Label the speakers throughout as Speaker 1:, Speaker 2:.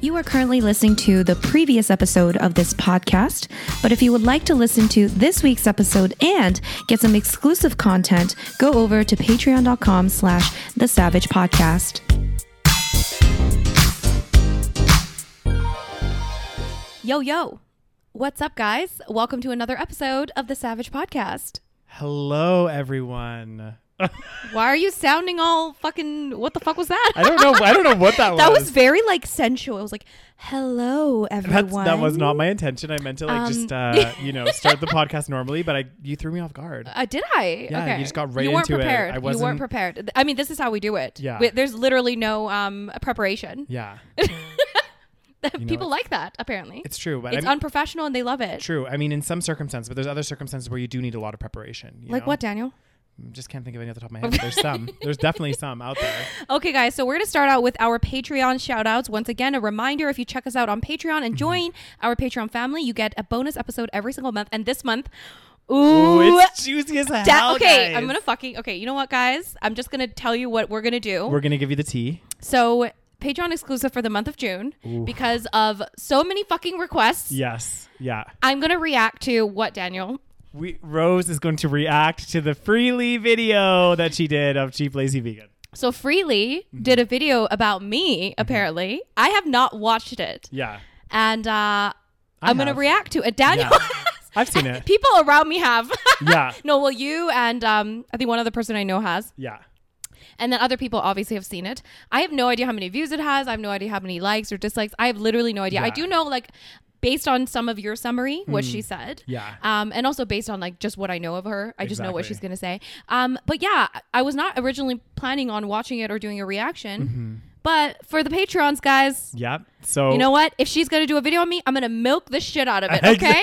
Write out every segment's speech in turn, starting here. Speaker 1: You are currently listening to the previous episode of this podcast, but if you would like to listen to this week's episode and get some exclusive content, go over to patreon.com slash the savage podcast. Yo yo. What's up guys? Welcome to another episode of the Savage Podcast.
Speaker 2: Hello, everyone.
Speaker 1: Why are you sounding all fucking what the fuck was that?
Speaker 2: I don't know. I don't know what that was.
Speaker 1: That was very like sensual. It was like, "Hello,
Speaker 2: That's,
Speaker 1: everyone."
Speaker 2: that was not my intention. I meant to like
Speaker 1: Um,
Speaker 2: just uh, you know start the podcast normally, but I you threw me off guard.
Speaker 1: Uh, did I?
Speaker 2: Yeah,
Speaker 1: okay.
Speaker 2: you just got right
Speaker 1: You weren't
Speaker 2: into it.
Speaker 1: prepared.
Speaker 2: I
Speaker 1: You
Speaker 2: wasn't-
Speaker 1: weren't prepared. Th- I mean, this is how we do it.
Speaker 2: Yeah.
Speaker 1: We- there's literally no um preparation.
Speaker 2: Yeah, know,
Speaker 1: People like that apparently. It's,
Speaker 2: it's true. But I mean,
Speaker 1: unprofessional and they love it.
Speaker 2: true. I mean, in some circumstances, but there's other circumstances where you do need a lot of preparation. you
Speaker 1: Like
Speaker 2: know?
Speaker 1: what, Daniel?
Speaker 2: Just can't think of any off the top of my head. but There's some. There's definitely some out there.
Speaker 1: Okay, guys, so we're going to start out with our Patreon shout outs. Once again, a reminder if you check us out on Patreon
Speaker 2: Mm-hmm.
Speaker 1: and join our Patreon family, you get a bonus episode every single month. And this month, ooh,
Speaker 2: Ooh, it's juicy as hell.
Speaker 1: Da- okay, I'm
Speaker 2: guys.
Speaker 1: gonna fucking okay. You know what, guys? I'm just gonna tell you what we're gonna do.
Speaker 2: We're gonna give you the tea.
Speaker 1: so Patreon exclusive for the month of June because of so many fucking requests.
Speaker 2: Yes. Yeah.
Speaker 1: I'm gonna react to what Daniel.
Speaker 2: We Rose is going to react to the freely video that she did of Cheap Lazy Vegan.
Speaker 1: So Freely
Speaker 2: Mm-hmm.
Speaker 1: did a video about me. Apparently, I have not watched it,
Speaker 2: Yeah.
Speaker 1: and uh, I'm gonna
Speaker 2: have.
Speaker 1: react to it. Daniel,
Speaker 2: Yeah. I've seen it.
Speaker 1: people around me have.
Speaker 2: Yeah.
Speaker 1: no, well, you and um, I think one other person I know has.
Speaker 2: Yeah.
Speaker 1: And then other people obviously have seen it. I have no idea how many views it has. I have no idea how many likes or dislikes. I have literally no idea. I
Speaker 2: Yeah. Hmm.
Speaker 1: do know, like, based on some of your summary, what she said.
Speaker 2: Yeah.
Speaker 1: Um, and also based on like just what I know of her, I just know what
Speaker 2: Exactly.
Speaker 1: she's gonna say. Um, but yeah, I was not originally planning on watching it or doing a reaction,
Speaker 2: Mm-hmm.
Speaker 1: but for the patrons, guys,
Speaker 2: Yeah. So
Speaker 1: you know what? If she's gonna do a video on me, I'm gonna milk the shit out of it. Okay,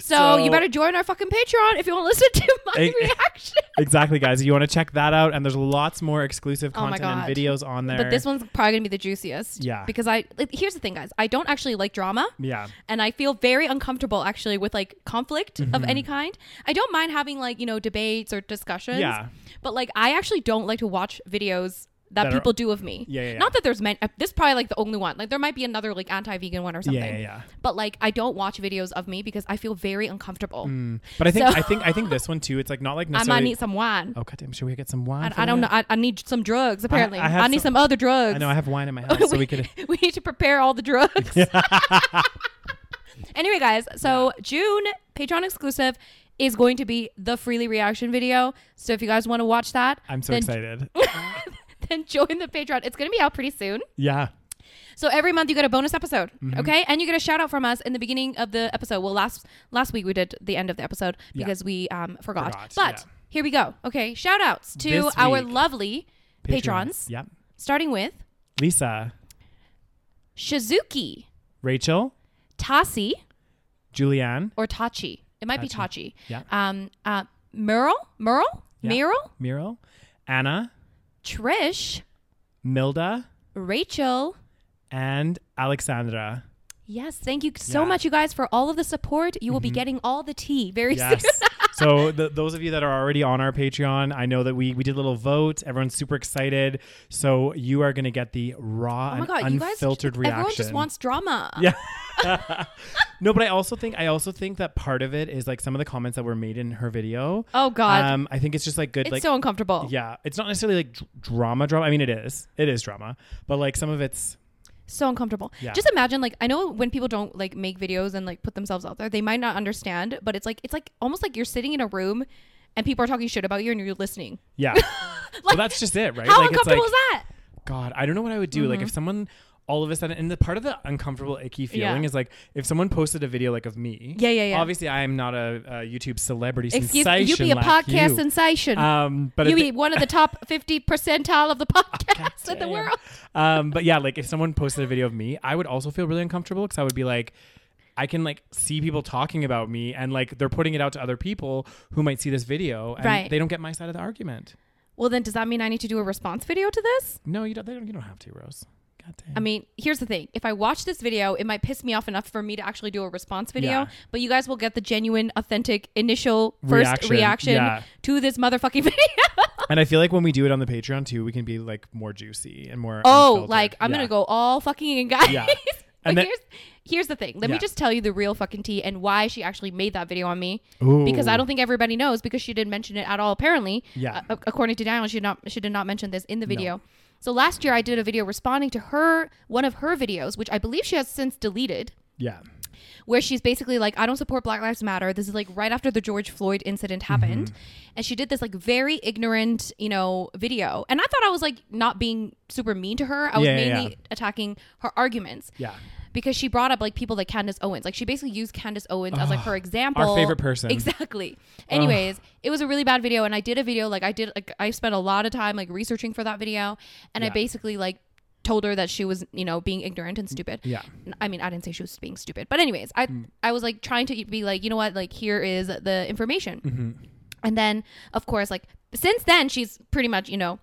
Speaker 1: so, you better join our fucking Patreon if you want to listen to my
Speaker 2: Ex-
Speaker 1: reaction.
Speaker 2: Exactly, guys. You want to check that out, and there's lots more exclusive
Speaker 1: Oh my
Speaker 2: content and
Speaker 1: God.
Speaker 2: videos on there.
Speaker 1: But this one's probably gonna be the juiciest.
Speaker 2: Yeah.
Speaker 1: Because I like, here's the thing, guys. I don't actually like drama,
Speaker 2: Yeah.
Speaker 1: and I feel very uncomfortable actually with like conflict of
Speaker 2: Mm-hmm.
Speaker 1: any kind. I don't mind having like you know debates or discussions.
Speaker 2: Yeah.
Speaker 1: But like I actually don't like to watch videos. That,
Speaker 2: That are-
Speaker 1: people do of me.
Speaker 2: Yeah, yeah, yeah.
Speaker 1: Not that there's many. This is probably like the only one. Like there might be another like anti-vegan one or something.
Speaker 2: yeah, yeah.
Speaker 1: But like I don't watch videos of me because I feel very uncomfortable.
Speaker 2: But I think
Speaker 1: So-
Speaker 2: I think I think this one too. It's like not like
Speaker 1: I might
Speaker 2: necessarily.
Speaker 1: need some wine.
Speaker 2: oh god damn! Should we get some wine?
Speaker 1: I,
Speaker 2: for
Speaker 1: I don't know.
Speaker 2: that?
Speaker 1: I, I need some drugs apparently.
Speaker 2: I
Speaker 1: I,
Speaker 2: have
Speaker 1: need
Speaker 2: some-
Speaker 1: some other drugs.
Speaker 2: I know I have wine in my house, so we could.
Speaker 1: we need to prepare all the drugs. anyway, guys, so June Patreon exclusive is going to be the freely reaction video. So if you guys want to watch that,
Speaker 2: I'm so
Speaker 1: then,
Speaker 2: excited.
Speaker 1: Then join the Patreon. It's going to be out pretty soon.
Speaker 2: yeah.
Speaker 1: So every month you get a bonus episode,
Speaker 2: Mm-hmm.
Speaker 1: okay? And you get a shout out from us in the beginning of the episode. Well, last last week we did the end of the episode
Speaker 2: Yeah.
Speaker 1: because we um forgot.
Speaker 2: Forgot,
Speaker 1: but
Speaker 2: yeah.
Speaker 1: here we go. Okay, shout outs to
Speaker 2: This
Speaker 1: our
Speaker 2: week,
Speaker 1: lovely patrons,
Speaker 2: Yep.
Speaker 1: starting with
Speaker 2: Lisa,
Speaker 1: Shizuki,
Speaker 2: Rachel,
Speaker 1: Tasi,
Speaker 2: Julianne,
Speaker 1: or Tachi. It might be Tachi.
Speaker 2: Yeah.
Speaker 1: Um, uh, Merle, Merle,
Speaker 2: Yeah.
Speaker 1: Merle,
Speaker 2: Miro, Anna,
Speaker 1: Trish,
Speaker 2: Milda,
Speaker 1: Rachel.
Speaker 2: and Alexandra.
Speaker 1: Yes, thank you so
Speaker 2: Yeah. Mm-hmm.
Speaker 1: much, you guys, for all of the support. You will be getting all the tea very soon.
Speaker 2: Yes. so th- those of you that are already on our Patreon, I know that we we did a little vote. Everyone's super excited. So you are going to get the raw
Speaker 1: Oh my
Speaker 2: and
Speaker 1: god, you guys!
Speaker 2: unfiltered reaction.
Speaker 1: Everyone just wants drama.
Speaker 2: Yeah. no, but I also think I also think that part of it is like some of the comments that were made in her video.
Speaker 1: Oh god,
Speaker 2: Um, I think it's just like good,
Speaker 1: it's
Speaker 2: like
Speaker 1: so uncomfortable.
Speaker 2: yeah, it's not necessarily like dr- drama, drama. I mean, it is, it is drama, but like some of it's
Speaker 1: So uncomfortable.
Speaker 2: Yeah.
Speaker 1: Just imagine, like, I know when people don't like make videos and like put themselves out there, they might not understand, but it's like it's like almost like you're sitting in a room and people are talking shit about you and you're listening.
Speaker 2: yeah.
Speaker 1: Like,
Speaker 2: well, that's just it, right?
Speaker 1: how
Speaker 2: like, it's
Speaker 1: uncomfortable
Speaker 2: like,
Speaker 1: is that? Mm-hmm.
Speaker 2: God, I don't know what I would do. Like if someone all of a sudden, and the part of the uncomfortable, icky
Speaker 1: Yeah.
Speaker 2: feeling is like if someone posted a video like of me.
Speaker 1: Yeah, yeah, yeah.
Speaker 2: Obviously, I am not a, a YouTube celebrity
Speaker 1: Excuse me,
Speaker 2: sensation.
Speaker 1: you be a
Speaker 2: like
Speaker 1: podcast
Speaker 2: you.
Speaker 1: sensation.
Speaker 2: um, but
Speaker 1: you
Speaker 2: if-
Speaker 1: be one of the top 50 percentile of the podcast in the
Speaker 2: Damn.
Speaker 1: world.
Speaker 2: um, but yeah, like if someone posted a video of me, I would also feel really uncomfortable because I would be like, I can like see people talking about me and like they're putting it out to other people who might see this video and
Speaker 1: Right.
Speaker 2: they don't get my side of the argument.
Speaker 1: Well, then does that mean I need to do a response video to this?
Speaker 2: No, you don't. They don't. You don't have to, Rose. God damn.
Speaker 1: I mean, here's the thing. If I watch this video, it might piss me off enough for me to actually do a response video,
Speaker 2: Yeah.
Speaker 1: but you guys will get the genuine, authentic, initial first
Speaker 2: Reaction,
Speaker 1: reaction,
Speaker 2: yeah.
Speaker 1: to this motherfucking video.
Speaker 2: and I feel like when we do it on the Patreon too, we can be like more juicy and more.
Speaker 1: oh,
Speaker 2: unfiltered.
Speaker 1: like I'm
Speaker 2: Yeah.
Speaker 1: gonna go all fucking in, guys.
Speaker 2: Yeah.
Speaker 1: but
Speaker 2: And then-
Speaker 1: here's here's the thing. Let
Speaker 2: Yeah.
Speaker 1: me just tell you the real fucking tea and why she actually made that video on me.
Speaker 2: Ooh.
Speaker 1: Because I don't think everybody knows because she didn't mention it at all. Apparently, uh,
Speaker 2: Yeah.
Speaker 1: A- according to Daniel, she did not she did not mention this in the video. So last year I did a video responding to her one of her videos, which I believe she has since deleted.
Speaker 2: Yeah.
Speaker 1: where she's basically like, I don't support Black Lives Matter. This is like right after the George Floyd incident
Speaker 2: Mm-hmm.
Speaker 1: happened. And she did this like very ignorant, you know, video. And I thought I was like not being super mean to her. I was
Speaker 2: Yeah, yeah,
Speaker 1: mainly
Speaker 2: yeah.
Speaker 1: attacking her arguments.
Speaker 2: Yeah.
Speaker 1: Because she brought up like people like Candace Owens. Like she basically used Candace Owens as like her example.
Speaker 2: favorite person.
Speaker 1: Exactly. Anyways, it was a really bad video and I did a video like I did like I spent a lot of time like researching for that video and I
Speaker 2: Yeah. Mm,
Speaker 1: basically like told her that she was, you know, being ignorant and stupid.
Speaker 2: Yeah. Mm.
Speaker 1: N- I mean, I didn't say she was being stupid, but anyways, I I was like trying to be like, you know what, like here is the information,
Speaker 2: Mm-hmm.
Speaker 1: and then of course, like since then she's pretty much you know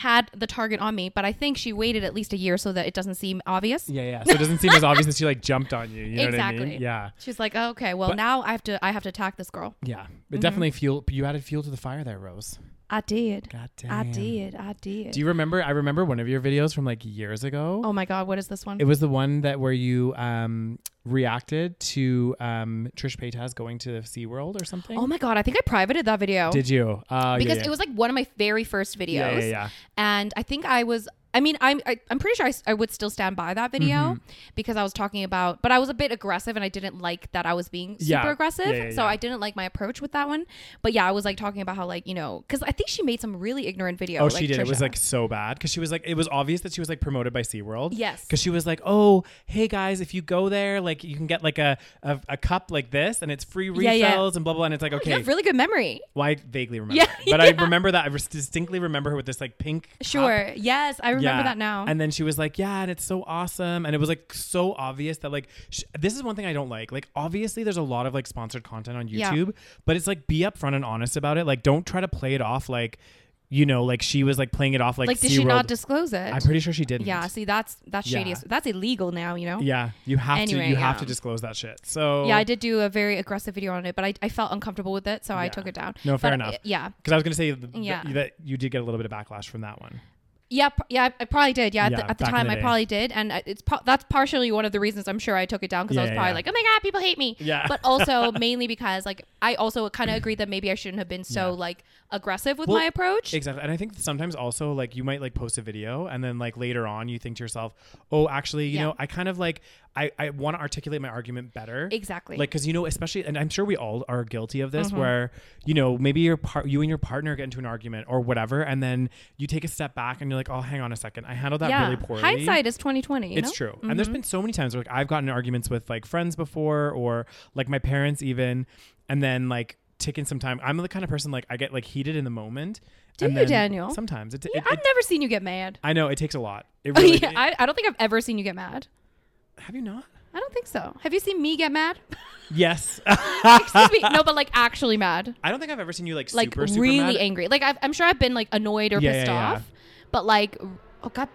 Speaker 1: had the target on me, but I think she waited at least a year so that it doesn't seem obvious.
Speaker 2: Yeah. Yeah. So it doesn't seem as obvious that she like jumped on you. You know
Speaker 1: exactly.
Speaker 2: what I mean? Yeah.
Speaker 1: She's like, oh, okay, well
Speaker 2: But-
Speaker 1: now I have to I have to attack this girl.
Speaker 2: Yeah. It
Speaker 1: Mm-hmm.
Speaker 2: definitely fuel. You added fuel to the fire there, Rose.
Speaker 1: I did.
Speaker 2: God damn.
Speaker 1: I did. I did.
Speaker 2: Do you remember? I remember one of your videos from like years ago.
Speaker 1: oh my god, what is this one?
Speaker 2: It was the one that where you um reacted to um Trish Paytas going to SeaWorld or something.
Speaker 1: oh my god, I think I privated that video.
Speaker 2: Did you? Uh,
Speaker 1: because
Speaker 2: yeah, yeah.
Speaker 1: it was like one of my very first videos.
Speaker 2: Yeah, yeah, yeah.
Speaker 1: And I think I was. I mean, I'm I, I'm pretty sure I, s- I would still stand by that video
Speaker 2: Mm-hmm.
Speaker 1: because I was talking about, but I was a bit aggressive and I didn't like that I was being super
Speaker 2: Yeah.
Speaker 1: aggressive.
Speaker 2: Yeah, yeah,
Speaker 1: So
Speaker 2: yeah.
Speaker 1: I didn't like my approach with that one. But yeah, I was like talking about how like you know because I think she made some really ignorant video.
Speaker 2: Oh,
Speaker 1: like,
Speaker 2: she did. It was
Speaker 1: Trisha.
Speaker 2: like so bad because she was like, it was obvious that she was like promoted by SeaWorld.
Speaker 1: Yes.
Speaker 2: Because she was like, oh, hey guys, if you go there, like you can get like a a, a cup like this and it's free refills
Speaker 1: Yeah, yeah.
Speaker 2: and blah, blah. And it's like,
Speaker 1: you
Speaker 2: okay.
Speaker 1: have really good memory.
Speaker 2: well, I vaguely remember.
Speaker 1: Yeah,
Speaker 2: it. But I remember that. I res- distinctly remember her with this like pink. cup.
Speaker 1: Sure. Yes, I remember
Speaker 2: Yeah.
Speaker 1: that now.
Speaker 2: And then she was like, "Yeah, and it's so awesome." And it was like so obvious that like sh- this is one thing I don't like. Like obviously there's a lot of like sponsored content on
Speaker 1: Yeah.
Speaker 2: YouTube, but it's like be upfront and honest about it. Like don't try to play it off like you know, like she was like playing it off like
Speaker 1: like, did she not
Speaker 2: SeaWorld.
Speaker 1: disclose it?
Speaker 2: I'm pretty sure she didn't.
Speaker 1: yeah. See, that's that's shady.
Speaker 2: Yeah.
Speaker 1: as- That's illegal now. You know.
Speaker 2: Yeah, you have to
Speaker 1: Anyway,
Speaker 2: you have
Speaker 1: yeah.
Speaker 2: to disclose that shit. So
Speaker 1: Yeah, I did do a very aggressive video on it, but I, I felt uncomfortable with it, so I
Speaker 2: Yeah.
Speaker 1: took it down.
Speaker 2: No, fair
Speaker 1: But,
Speaker 2: enough.
Speaker 1: uh, yeah,
Speaker 2: Because I was gonna say th-
Speaker 1: Yeah.
Speaker 2: th- that you did get a little bit of backlash from that one.
Speaker 1: yeah, pr- yeah. I- I probably did. Yeah, at
Speaker 2: Yeah,
Speaker 1: the, at the
Speaker 2: back in
Speaker 1: time,
Speaker 2: the
Speaker 1: I
Speaker 2: day.
Speaker 1: probably did, and I- it's pa- that's partially one of the reasons I'm sure I took it down because I
Speaker 2: Yeah,
Speaker 1: was probably
Speaker 2: yeah.
Speaker 1: like, oh my god, people hate me.
Speaker 2: Yeah.
Speaker 1: But also mainly because like I also kind of agreed that maybe I shouldn't have been so
Speaker 2: Yeah.
Speaker 1: like aggressive with
Speaker 2: Well,
Speaker 1: my approach.
Speaker 2: Exactly. And I think sometimes also like you might like post a video and then like later on you think to yourself, oh, actually, you
Speaker 1: Yeah.
Speaker 2: know, I kind of like, I, I want to articulate my argument better.
Speaker 1: Exactly. Mm-hmm.
Speaker 2: Like, cause you know, especially, and I'm sure we all are guilty of this where, you know, maybe your part, you and your partner get into an argument or whatever. And then you take a step back and you're like, oh, hang on a second. I handled that
Speaker 1: yeah,
Speaker 2: really poorly.
Speaker 1: hindsight is twenty twenty.
Speaker 2: It's true. And
Speaker 1: Mm-hmm.
Speaker 2: there's been so many times where like I've gotten in arguments with like friends before or like my parents even and then like taking some time. I'm the kind of person like I get like heated in the moment.
Speaker 1: Do
Speaker 2: and
Speaker 1: you,
Speaker 2: then
Speaker 1: Daniel?
Speaker 2: Sometimes it,
Speaker 1: Yeah,
Speaker 2: it,
Speaker 1: I've
Speaker 2: it-
Speaker 1: never seen you get mad.
Speaker 2: I know it takes a lot. It
Speaker 1: Oh,
Speaker 2: really
Speaker 1: yeah, I, I don't think I've ever seen you get mad.
Speaker 2: Have you not?
Speaker 1: I don't think so. Have you seen me get mad?
Speaker 2: Yes.
Speaker 1: Excuse me. No, but like actually mad.
Speaker 2: I don't think I've ever seen you like,
Speaker 1: like
Speaker 2: super super
Speaker 1: really
Speaker 2: mad.
Speaker 1: angry. Like I've, I'm sure I've been like annoyed or
Speaker 2: Yeah,
Speaker 1: pissed
Speaker 2: yeah, yeah.
Speaker 1: off, but like oh god,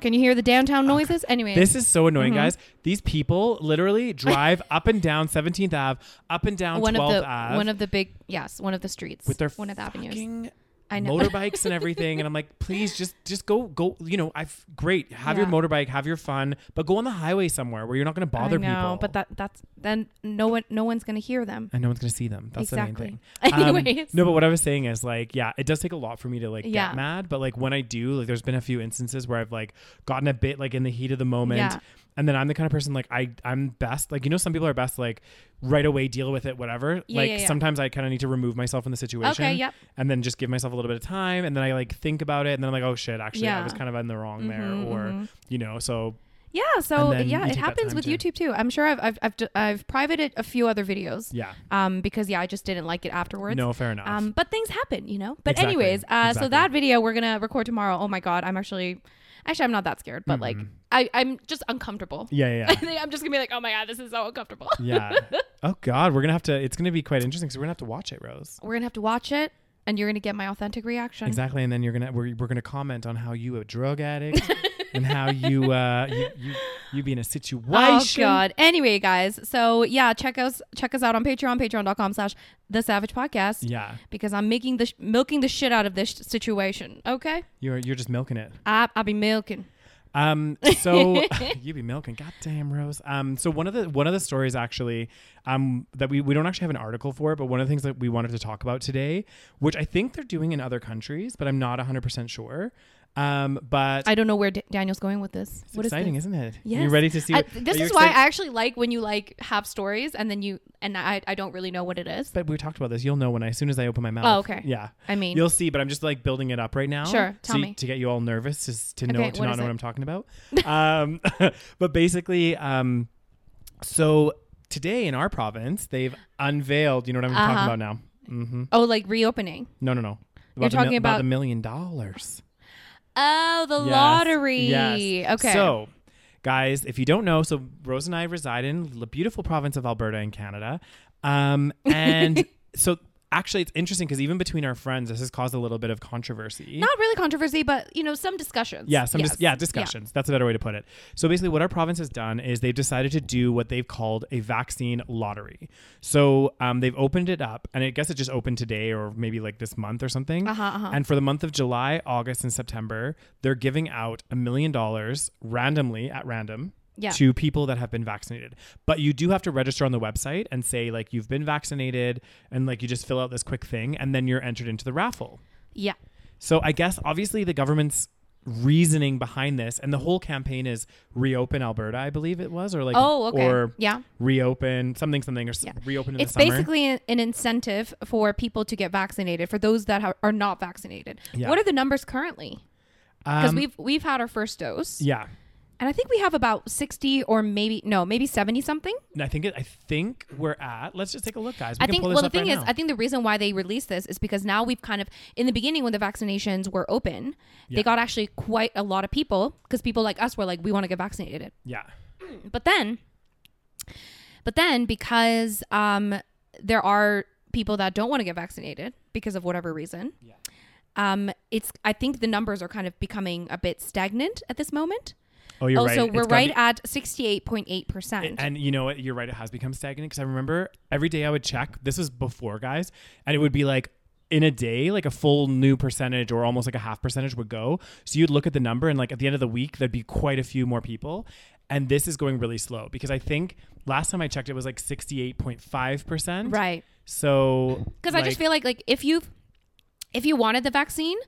Speaker 1: can you hear the downtown noises? Anyway,
Speaker 2: This is so annoying,
Speaker 1: Mm-hmm.
Speaker 2: guys. These people literally drive up and down 17th Ave, up and down
Speaker 1: one
Speaker 2: 12th
Speaker 1: of the
Speaker 2: Ave
Speaker 1: one of the big yes, one of the streets
Speaker 2: with their
Speaker 1: one of the avenues.
Speaker 2: fucking
Speaker 1: I know.
Speaker 2: motorbikes and everything. And I'm like, please just just go go. You know, I've great have your
Speaker 1: Yeah.
Speaker 2: motorbike, have your fun, but go on the highway somewhere where you're not going to bother
Speaker 1: I know,
Speaker 2: people.
Speaker 1: but that that's then no one no one's gonna hear them.
Speaker 2: and no one's going to see them. That's
Speaker 1: Exactly.
Speaker 2: the main thing. Um,
Speaker 1: Anyways.
Speaker 2: no, but what I was saying is like, yeah, it does take a lot for me to like
Speaker 1: Yeah.
Speaker 2: get mad, but like when I do, like there's been a few instances where I've like gotten a bit like in the heat of the moment.
Speaker 1: Yeah.
Speaker 2: And then I'm the kind of person like I I'm best like you know some people are best like right away deal with it whatever
Speaker 1: Yeah,
Speaker 2: like
Speaker 1: yeah, yeah.
Speaker 2: sometimes I kind of need to remove myself from the situation
Speaker 1: yep.
Speaker 2: and then just give myself a little bit of time and then I like think about it and then I'm like oh shit actually I
Speaker 1: Yeah. Mm-hmm,
Speaker 2: was kind of in the wrong there or you know so
Speaker 1: Yeah, so
Speaker 2: And then
Speaker 1: yeah,
Speaker 2: you
Speaker 1: it
Speaker 2: take that
Speaker 1: happens
Speaker 2: time
Speaker 1: with
Speaker 2: to-
Speaker 1: YouTube too. I'm sure I've I've I've, d- I've privated a few other videos.
Speaker 2: yeah
Speaker 1: Um, because yeah, I just didn't like it afterwards.
Speaker 2: no fair enough
Speaker 1: Um, but things happen, you know. But
Speaker 2: Exactly.
Speaker 1: anyways, uh, so
Speaker 2: Exactly.
Speaker 1: that video we're gonna record tomorrow. Oh my god, I'm actually, actually I'm not that scared, but like
Speaker 2: Mm-hmm.
Speaker 1: I, I'm just uncomfortable.
Speaker 2: yeah yeah
Speaker 1: I
Speaker 2: yeah.
Speaker 1: think I'm just gonna be like, oh my god, this is so uncomfortable.
Speaker 2: yeah. Oh God, we're gonna have to. It's gonna be quite interesting. So we're gonna have to watch it, Rose.
Speaker 1: We're gonna have to watch it. and you're gonna get my authentic reaction.
Speaker 2: Exactly, and then you're gonna we're, we're gonna comment on how you a drug addict and how you uh you you, you be in a situation.
Speaker 1: Oh God. Anyway, guys. So yeah, check us check us out on Patreon, patreon.com slash the Savage Podcast.
Speaker 2: Yeah,
Speaker 1: Because I'm making the sh- milking the shit out of this situation. Okay,
Speaker 2: you're you're just milking it.
Speaker 1: I I be milking.
Speaker 2: Um, so you be milking, goddamn Rose. Um, so one of the one of the stories actually, um, that we we don't actually have an article for it, but one of the things that we wanted to talk about today, which I think they're doing in other countries, but I'm not 100 percent sure. Um, but
Speaker 1: I don't know where D- Daniel's going with this.
Speaker 2: it's
Speaker 1: What is
Speaker 2: exciting,
Speaker 1: this?
Speaker 2: isn't it? you
Speaker 1: Yes.
Speaker 2: ready to see?
Speaker 1: I,
Speaker 2: what-
Speaker 1: this
Speaker 2: are you
Speaker 1: is why I
Speaker 2: excited-
Speaker 1: actually like when you like have stories and then you and I I don't really know what it is.
Speaker 2: But we talked about this. You'll know when I, as soon as I open my mouth.
Speaker 1: Oh, okay.
Speaker 2: Yeah.
Speaker 1: I mean,
Speaker 2: You'll see, but I'm just like building it up right now.
Speaker 1: Sure,
Speaker 2: so
Speaker 1: tell
Speaker 2: you-
Speaker 1: me.
Speaker 2: to get you all nervous is to know
Speaker 1: Okay,
Speaker 2: to
Speaker 1: what
Speaker 2: not
Speaker 1: is
Speaker 2: know
Speaker 1: it?
Speaker 2: what I'm talking about. um, but basically, um, so today in our province, they've unveiled. You know what I'm talking
Speaker 1: Uh-huh.
Speaker 2: about now? Mm-hmm.
Speaker 1: oh, like reopening.
Speaker 2: No, no, no. About
Speaker 1: You're
Speaker 2: the mil-
Speaker 1: talking
Speaker 2: about
Speaker 1: about-
Speaker 2: the million dollars.
Speaker 1: Oh, the
Speaker 2: Yes,
Speaker 1: lottery.
Speaker 2: yes.
Speaker 1: Okay.
Speaker 2: So, guys, if you don't know, so Rose and I reside in the beautiful province of Alberta in Canada. Um, and so actually, it's interesting because even between our friends, this has caused a little bit of controversy.
Speaker 1: not really controversy, but you know, some discussions.
Speaker 2: Yeah, some
Speaker 1: Yes.
Speaker 2: dis- yeah, discussions. That's a better way to put it. So basically, what our province has done is they've decided to do what they've called a vaccine lottery. So um, they've opened it up, and I guess it just opened today or maybe like this month or something.
Speaker 1: Uh-huh, uh-huh.
Speaker 2: And for the month of July, August, and September, they're giving out a million dollars randomly at random.
Speaker 1: Yeah.
Speaker 2: To people that have been vaccinated. But you do have to register on the website and say, like, you've been vaccinated, and like, you just fill out this quick thing, and then you're entered into the raffle.
Speaker 1: Yeah.
Speaker 2: So I guess obviously the government's reasoning behind this and the whole campaign is reopen Alberta, I believe it was, or like
Speaker 1: Oh, okay.
Speaker 2: or
Speaker 1: yeah.
Speaker 2: reopen something something or s
Speaker 1: Yeah.
Speaker 2: reopen in
Speaker 1: It's
Speaker 2: the summer.
Speaker 1: basically an an incentive for people to get vaccinated for those that ha- are not vaccinated.
Speaker 2: Yeah.
Speaker 1: What are the numbers currently? Because
Speaker 2: Um,
Speaker 1: we've we've had our first dose,
Speaker 2: yeah.
Speaker 1: and I think we have about sixty or maybe no, maybe seventy something.
Speaker 2: And I think it, I think we're at. Let's just take a look, guys. We
Speaker 1: I
Speaker 2: can
Speaker 1: think.
Speaker 2: pull this
Speaker 1: Well, the
Speaker 2: up right
Speaker 1: thing is,
Speaker 2: now.
Speaker 1: I think the reason why they released this is because now we've kind of in the beginning when the vaccinations were open,
Speaker 2: Yeah.
Speaker 1: they got actually quite a lot of people because people like us were like, we want to get vaccinated.
Speaker 2: yeah,
Speaker 1: but then but then because um there are people that don't want to get vaccinated because of whatever reason
Speaker 2: Yeah.
Speaker 1: um it's i think the numbers are kind of becoming a bit stagnant at this moment
Speaker 2: oh, you're
Speaker 1: oh
Speaker 2: right.
Speaker 1: so
Speaker 2: It's
Speaker 1: we're
Speaker 2: gotta
Speaker 1: right
Speaker 2: be-
Speaker 1: at 68.8%
Speaker 2: and you know what? You're right. It has become stagnant because I remember every day I would check. This was before, guys, and it would be like in a day, like a full new percentage or almost like a half percentage would go. So you'd look at the number, and like at the end of the week, there'd be quite a few more people. And this is going really slow because I think last time I checked, it was like 68.5%.
Speaker 1: right
Speaker 2: So,
Speaker 1: because i just
Speaker 2: like-
Speaker 1: feel like like if you've if you wanted the vaccine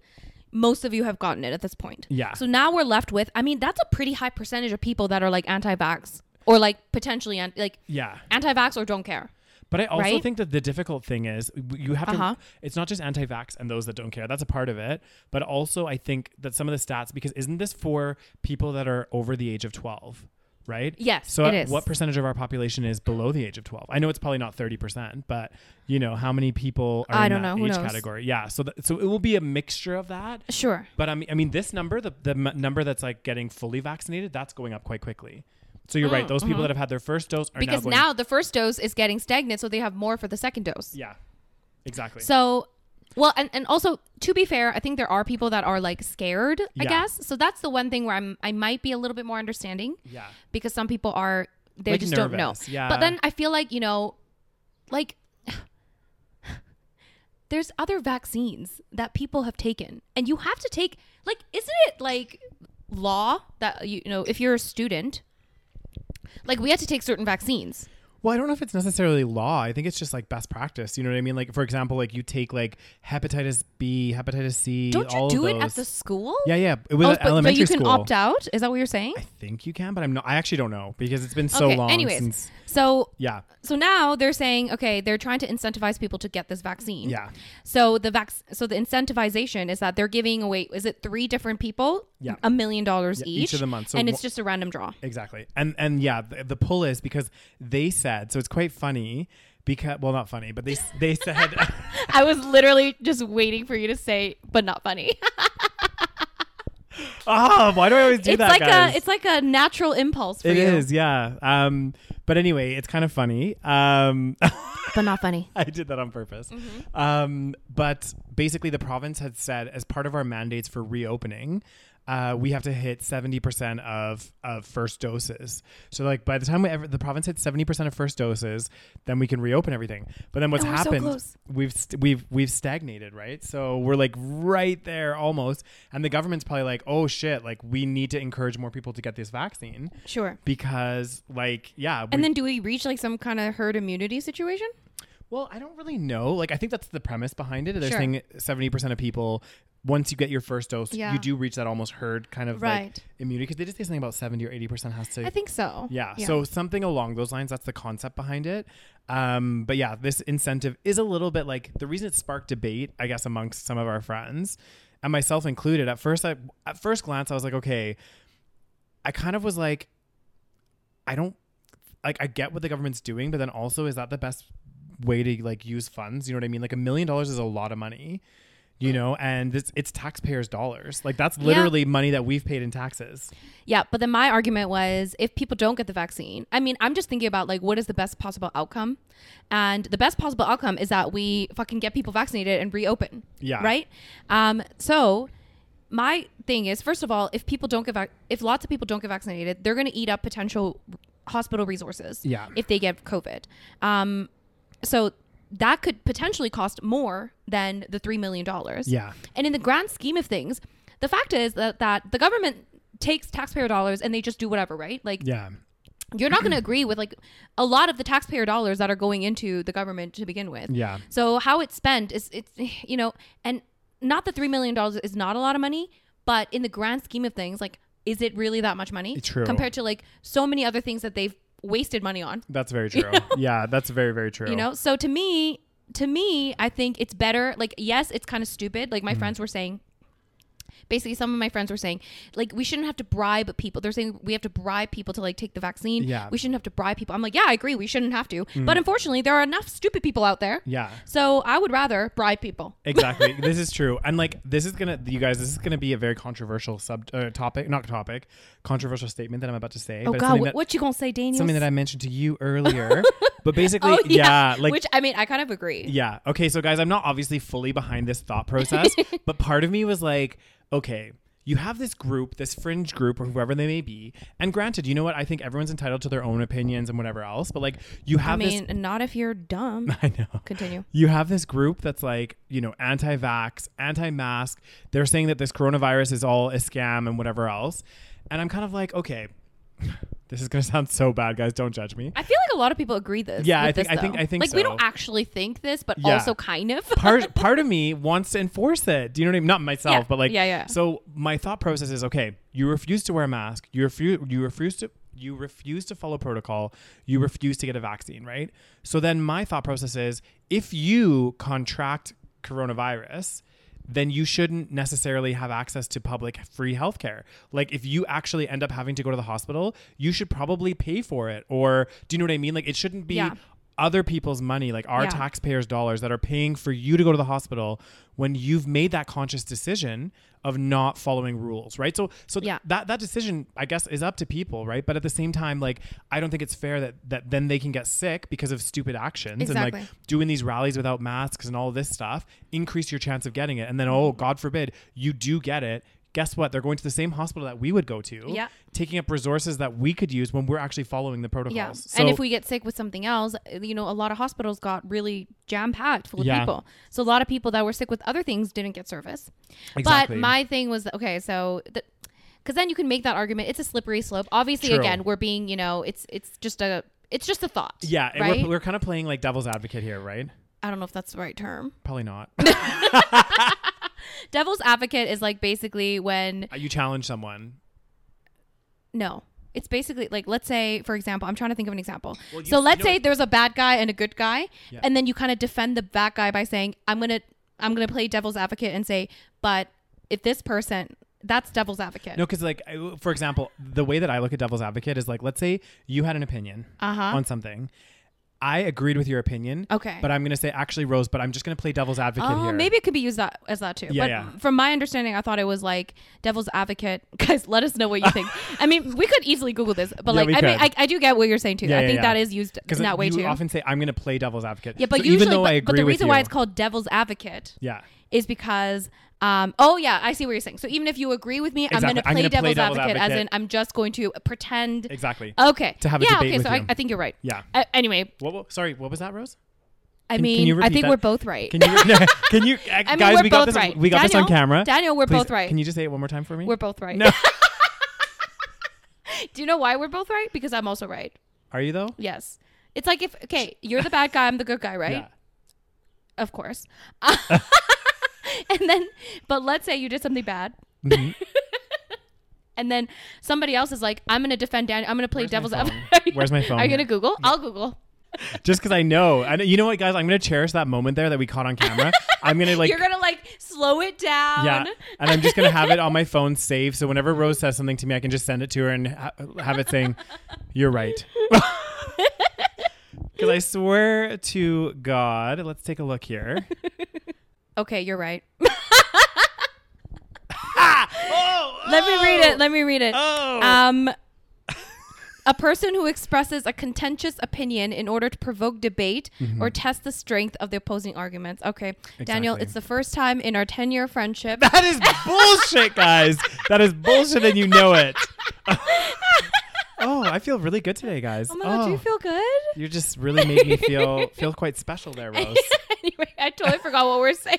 Speaker 1: most of you have gotten it at this point
Speaker 2: Yeah.
Speaker 1: so now we're left with i mean that's a pretty high percentage of people that are like anti-vax or like potentially an- like
Speaker 2: yeah.
Speaker 1: anti-vax or don't care
Speaker 2: But I also
Speaker 1: Right?
Speaker 2: think that the difficult thing is w- you have
Speaker 1: Uh-huh.
Speaker 2: to. It's not just anti-vax and those that don't care. That's a part of it. But also, I think that some of the stats because isn't this for people that are over the age of twelve, right?
Speaker 1: Yes,
Speaker 2: So
Speaker 1: it
Speaker 2: at-
Speaker 1: is.
Speaker 2: what percentage of our population is below the age of twelve? I know it's probably not thirty percent, but you know how many people are
Speaker 1: I
Speaker 2: in
Speaker 1: don't
Speaker 2: that
Speaker 1: know. Who
Speaker 2: age
Speaker 1: knows?
Speaker 2: category? Yeah. So th- so it will be a mixture of that.
Speaker 1: sure
Speaker 2: But I mean, I mean, this number, the, the m- number that's like getting fully vaccinated, that's going up quite quickly. So you're right. Those people that have had their first dose are
Speaker 1: Mm, mm-hmm. because
Speaker 2: now, going,
Speaker 1: now, the first dose is getting stagnant, so they have more for the second dose.
Speaker 2: yeah, exactly.
Speaker 1: So, well, and, and also to be fair, I think there are people that are like scared. I
Speaker 2: Yeah.
Speaker 1: guess so. That's the one thing where I'm I might be a little bit more understanding
Speaker 2: yeah.
Speaker 1: because some people are they
Speaker 2: Like,
Speaker 1: just don't know.
Speaker 2: nervous, yeah.
Speaker 1: But then I feel like you know, like. There's other vaccines that people have taken, and you have to take. Like, isn't it like law that you know if you're a student, like we have to take certain vaccines.
Speaker 2: Well, I don't know if it's necessarily law. I think it's just like best practice. You know what I mean? Like, for example, like you take like hepatitis B, hepatitis C.
Speaker 1: Don't you
Speaker 2: all of
Speaker 1: do it at
Speaker 2: those.
Speaker 1: the school?
Speaker 2: Yeah, yeah. It was
Speaker 1: Oh,
Speaker 2: at
Speaker 1: but, but
Speaker 2: elementary
Speaker 1: you can
Speaker 2: school.
Speaker 1: opt out. Is that what you're saying?
Speaker 2: I think you can, but I'm not. I actually don't know because it's been so
Speaker 1: okay.
Speaker 2: long
Speaker 1: Anyways,
Speaker 2: since.
Speaker 1: so
Speaker 2: Yeah,
Speaker 1: so now they're saying okay, they're trying to incentivize people to get this vaccine.
Speaker 2: yeah,
Speaker 1: So the vac- so the incentivization is that they're giving away is it three different people
Speaker 2: Yeah.
Speaker 1: a million dollars
Speaker 2: each
Speaker 1: each
Speaker 2: of the month. So
Speaker 1: and it's
Speaker 2: wha-
Speaker 1: just a random draw.
Speaker 2: exactly. And and yeah, the, the pull is because they said so. It's quite funny because well, not funny, but they they said.
Speaker 1: I was literally just waiting for you to say, but not funny.
Speaker 2: Oh, why do I always do
Speaker 1: it's
Speaker 2: that?
Speaker 1: like
Speaker 2: guys?
Speaker 1: a it's like a natural impulse for
Speaker 2: It
Speaker 1: you,
Speaker 2: is, yeah. Um, but anyway, it's kind of funny. Um,
Speaker 1: but not funny.
Speaker 2: I did that on purpose.
Speaker 1: Mm-hmm.
Speaker 2: Um, but basically, the province had said, as part of our mandates for reopening, uh, we have to hit 70% of, of first doses. So, like, by the time we ever, the province hit 70% of first doses, then we can reopen everything. But then what's
Speaker 1: And we're so
Speaker 2: happened,
Speaker 1: close.
Speaker 2: we've, st- we've, we've stagnated, right? So we're like right there almost. And the government's probably like, oh shit, like, we need to encourage more people to get this vaccine
Speaker 1: Sure.
Speaker 2: because, like, yeah. we-
Speaker 1: And then do we reach like some kind of herd immunity situation?
Speaker 2: Well, I don't really know. Like, I think that's the premise behind it. They're
Speaker 1: Sure.
Speaker 2: saying seventy percent of people, once you get your first dose,
Speaker 1: Yeah.
Speaker 2: you do reach that almost herd kind of
Speaker 1: Right.
Speaker 2: like immunity. Because they did say something about seventy or eighty percent has to.
Speaker 1: I think so.
Speaker 2: yeah, So something along those lines. That's the concept behind it. Um, but yeah, this incentive is a little bit like the reason it sparked debate, I guess, amongst some of our friends and myself included. At first, I at first glance, I was like, okay, I kind of was like, I don't like I get what the government's doing, but then also is that the best way to like use funds? You know what I mean? Like a million dollars is a lot of money, you know, and it's it's taxpayers' dollars. Like that's literally money that we've paid in taxes.
Speaker 1: Yeah, but then my argument was if people don't get the vaccine, I mean, I'm just thinking about like what is the best possible outcome? And the best possible outcome is that we fucking get people vaccinated and reopen.
Speaker 2: Yeah.
Speaker 1: Right? Um so my thing is first of all, if people don't get vac- if lots of people don't get vaccinated, they're going to eat up potential hospital resources
Speaker 2: Yeah.
Speaker 1: if they get COVID. Um so that could potentially cost more than the 3 million dollars.
Speaker 2: Yeah.
Speaker 1: And in the grand scheme of things, the fact is that, that the government takes taxpayer dollars and they just do whatever, right? Like
Speaker 2: Yeah.
Speaker 1: you're not going to agree with like a lot of the taxpayer dollars that are going into the government to begin with.
Speaker 2: Yeah.
Speaker 1: So how it's spent is it's you know, and not the 3 million dollars is not a lot of money, but in the grand scheme of things like is it really that much money
Speaker 2: True.
Speaker 1: compared to like so many other things that they've wasted money on?
Speaker 2: That's very true. yeah, that's very, very true.
Speaker 1: You know, so to me, to me, I think it's better. Like, yes, it's kind of stupid. Like my
Speaker 2: Mm-hmm.
Speaker 1: friends were saying, basically, some of my friends were saying, like, we shouldn't have to bribe people. They're saying we have to bribe people to like take the vaccine.
Speaker 2: Yeah. Mm-hmm.
Speaker 1: we shouldn't have to bribe people. I'm like, yeah, I agree, we shouldn't have to. But unfortunately, there are enough stupid people out there.
Speaker 2: Yeah.
Speaker 1: So I would rather bribe people.
Speaker 2: Exactly. this is true. And like this is going to you guys this is going to be a very controversial sub uh, topic, not topic, controversial statement that I'm about to say,
Speaker 1: Oh
Speaker 2: but it's
Speaker 1: God,
Speaker 2: something
Speaker 1: what,
Speaker 2: that,
Speaker 1: what you gonna say, Daniel?
Speaker 2: something that I mentioned to you earlier. but basically,
Speaker 1: Oh
Speaker 2: yeah,
Speaker 1: yeah,
Speaker 2: like
Speaker 1: which I mean, I kind of agree.
Speaker 2: Yeah. Okay. So, guys, I'm not obviously fully behind this thought process, but part of me was like, okay, you have this group, this fringe group, or whoever they may be. And granted, you know what? I think everyone's entitled to their own opinions and whatever else, but like, you
Speaker 1: I
Speaker 2: have
Speaker 1: mean, not if you're dumb.
Speaker 2: this. I know.
Speaker 1: Continue.
Speaker 2: You have this group that's like, you know, anti vax, anti mask. They're saying that this coronavirus is all a scam and whatever else. And I'm kind of like, okay, this is going to sound so bad, guys. Don't judge me.
Speaker 1: I feel like a lot of people agree this.
Speaker 2: Yeah,
Speaker 1: with
Speaker 2: I think-
Speaker 1: this,
Speaker 2: I think-
Speaker 1: though.
Speaker 2: I think
Speaker 1: like we
Speaker 2: so.
Speaker 1: don't actually think this, but
Speaker 2: Yeah.
Speaker 1: also kind of.
Speaker 2: part part of me wants to enforce it. Do you know what I mean? Not myself,
Speaker 1: Yeah.
Speaker 2: but like
Speaker 1: Yeah, yeah.
Speaker 2: So my thought process is okay. You refuse to wear a mask. You refuse. You refuse to. You refuse to follow protocol. You refuse to get a vaccine, right? So then my thought process is if you contract coronavirus, then you shouldn't necessarily have access to public free healthcare. Like if you actually end up having to go to the hospital, you should probably pay for it. Or do you know what I mean? Like it shouldn't be
Speaker 1: Yeah.
Speaker 2: other people's money, like our
Speaker 1: Yeah.
Speaker 2: taxpayers' dollars that are paying for you to go to the hospital when you've made that conscious decision of not following rules, right? So so th-
Speaker 1: Yeah.
Speaker 2: that that decision I guess is up to people, right? But at the same time, like I don't think it's fair that that then they can get sick because of stupid actions and
Speaker 1: Exactly.
Speaker 2: like doing these rallies without masks and all this stuff increase your chance of getting it. And then oh
Speaker 1: Mm-hmm.
Speaker 2: god forbid you do get it. Guess what? They're going to the same hospital that we would go to,
Speaker 1: Yeah.
Speaker 2: taking up resources that we could use when we're actually following the protocols.
Speaker 1: yeah.
Speaker 2: So,
Speaker 1: and if we get sick with something else, you know, a lot of hospitals got really jam packed full of
Speaker 2: Yeah.
Speaker 1: people. So a lot of people that were sick with other things didn't get service.
Speaker 2: Exactly.
Speaker 1: But my thing was okay, so the because then you can make that argument. It's a slippery slope. Obviously,
Speaker 2: True.
Speaker 1: again, we're being, you know, it's it's just a it's just a thought.
Speaker 2: Yeah, and
Speaker 1: right.
Speaker 2: we're, we're kind of playing like devil's advocate here, right?
Speaker 1: I don't know if that's the right term.
Speaker 2: Probably not.
Speaker 1: Devil's advocate is like basically when
Speaker 2: you challenge someone.
Speaker 1: No. It's basically like let's say for example, I'm trying to think of an example.
Speaker 2: Well, you-
Speaker 1: so let's
Speaker 2: you know-
Speaker 1: say there's a bad guy and a good guy
Speaker 2: Yeah.
Speaker 1: and then you kind of defend the bad guy by saying I'm going to I'm going to play devil's advocate and say but if this person that's devil's advocate.
Speaker 2: No, because like, I- for example, the way that I look at devil's advocate is like, let's say you had an opinion
Speaker 1: Uh-huh.
Speaker 2: on something, I agreed with your opinion.
Speaker 1: Okay.
Speaker 2: But I'm going to say actually Rose, but I'm just going to play devil's advocate
Speaker 1: Oh,
Speaker 2: here.
Speaker 1: maybe it could be used that, as that too.
Speaker 2: Yeah,
Speaker 1: but
Speaker 2: yeah.
Speaker 1: from my understanding, I thought it was like devil's advocate. Guys, let us know what you think. I mean, we could easily Google this, but
Speaker 2: Yeah,
Speaker 1: like,
Speaker 2: we
Speaker 1: I, mean, I,
Speaker 2: could.
Speaker 1: I do get what you're saying too.
Speaker 2: Yeah,
Speaker 1: I
Speaker 2: yeah,
Speaker 1: think
Speaker 2: yeah.
Speaker 1: that is used in
Speaker 2: Because
Speaker 1: that way
Speaker 2: you
Speaker 1: too.
Speaker 2: often say I'm going to play devil's advocate.
Speaker 1: yeah, but
Speaker 2: So
Speaker 1: usually,
Speaker 2: even though
Speaker 1: but,
Speaker 2: I
Speaker 1: but
Speaker 2: agree
Speaker 1: the
Speaker 2: with
Speaker 1: reason
Speaker 2: you,
Speaker 1: why it's called devil's advocate
Speaker 2: yeah,
Speaker 1: is because, um, oh yeah, I see what you're saying. So even if you agree with me, I'm
Speaker 2: Exactly.
Speaker 1: going to
Speaker 2: I'm
Speaker 1: play
Speaker 2: gonna play
Speaker 1: devil's
Speaker 2: devil's
Speaker 1: advocate, as
Speaker 2: advocate.
Speaker 1: in I'm just going to pretend.
Speaker 2: exactly.
Speaker 1: Okay.
Speaker 2: To have a
Speaker 1: yeah.
Speaker 2: debate
Speaker 1: okay.
Speaker 2: with
Speaker 1: so I,
Speaker 2: you.
Speaker 1: I think you're right.
Speaker 2: yeah.
Speaker 1: Uh, anyway,
Speaker 2: What, what- sorry, what was that, Rose?
Speaker 1: I
Speaker 2: Can- can
Speaker 1: mean,
Speaker 2: you
Speaker 1: I
Speaker 2: repeat
Speaker 1: think
Speaker 2: that?
Speaker 1: we're both right.
Speaker 2: Can you? no, can you? uh,
Speaker 1: I mean,
Speaker 2: guys,
Speaker 1: we're
Speaker 2: we got
Speaker 1: both
Speaker 2: this.
Speaker 1: right.
Speaker 2: We got this on
Speaker 1: Daniel-
Speaker 2: camera.
Speaker 1: Daniel, we're
Speaker 2: Please,
Speaker 1: both right.
Speaker 2: Can you just say it one more time for me?
Speaker 1: We're both right.
Speaker 2: No.
Speaker 1: Do you know why we're both right? Because I'm also right.
Speaker 2: Are you though?
Speaker 1: Yes. It's like if okay, you're the bad guy, I'm the good guy, right?
Speaker 2: Yeah.
Speaker 1: Of course. and then but let's say you did something bad.
Speaker 2: Mhm.
Speaker 1: And then somebody else is like, I'm gonna defend Daniel. I'm gonna play
Speaker 2: Where's my
Speaker 1: devil's
Speaker 2: phone?
Speaker 1: advocate.
Speaker 2: Where's my
Speaker 1: Are
Speaker 2: phone?
Speaker 1: you gonna Google? I'll Google.
Speaker 2: Just because I know, and you know what, guys, I'm gonna cherish that moment there that we caught on camera. I'm gonna like
Speaker 1: You're gonna like slow it down.
Speaker 2: Yeah, and I'm just gonna have it on my phone saved, so whenever Rose says something to me, I can just send it to her and ha- have it saying, "You're right." Because I swear to God, let's take a look here.
Speaker 1: Okay, you're right.
Speaker 2: Oh,
Speaker 1: Let me read it. Let me read it.
Speaker 2: Oh.
Speaker 1: Um, a person who expresses a contentious opinion in order to provoke debate
Speaker 2: Mm-hmm.
Speaker 1: or test the strength of the opposing arguments. Okay, Daniel,
Speaker 2: Exactly.
Speaker 1: it's the first time in our ten-year friendship.
Speaker 2: that is bullshit, guys. That is bullshit, and you know it. oh, I feel really good today, guys.
Speaker 1: oh my god, do you feel good?
Speaker 2: You just really made me feel feel quite special there, Rose.
Speaker 1: anyway, I totally forgot what we're saying.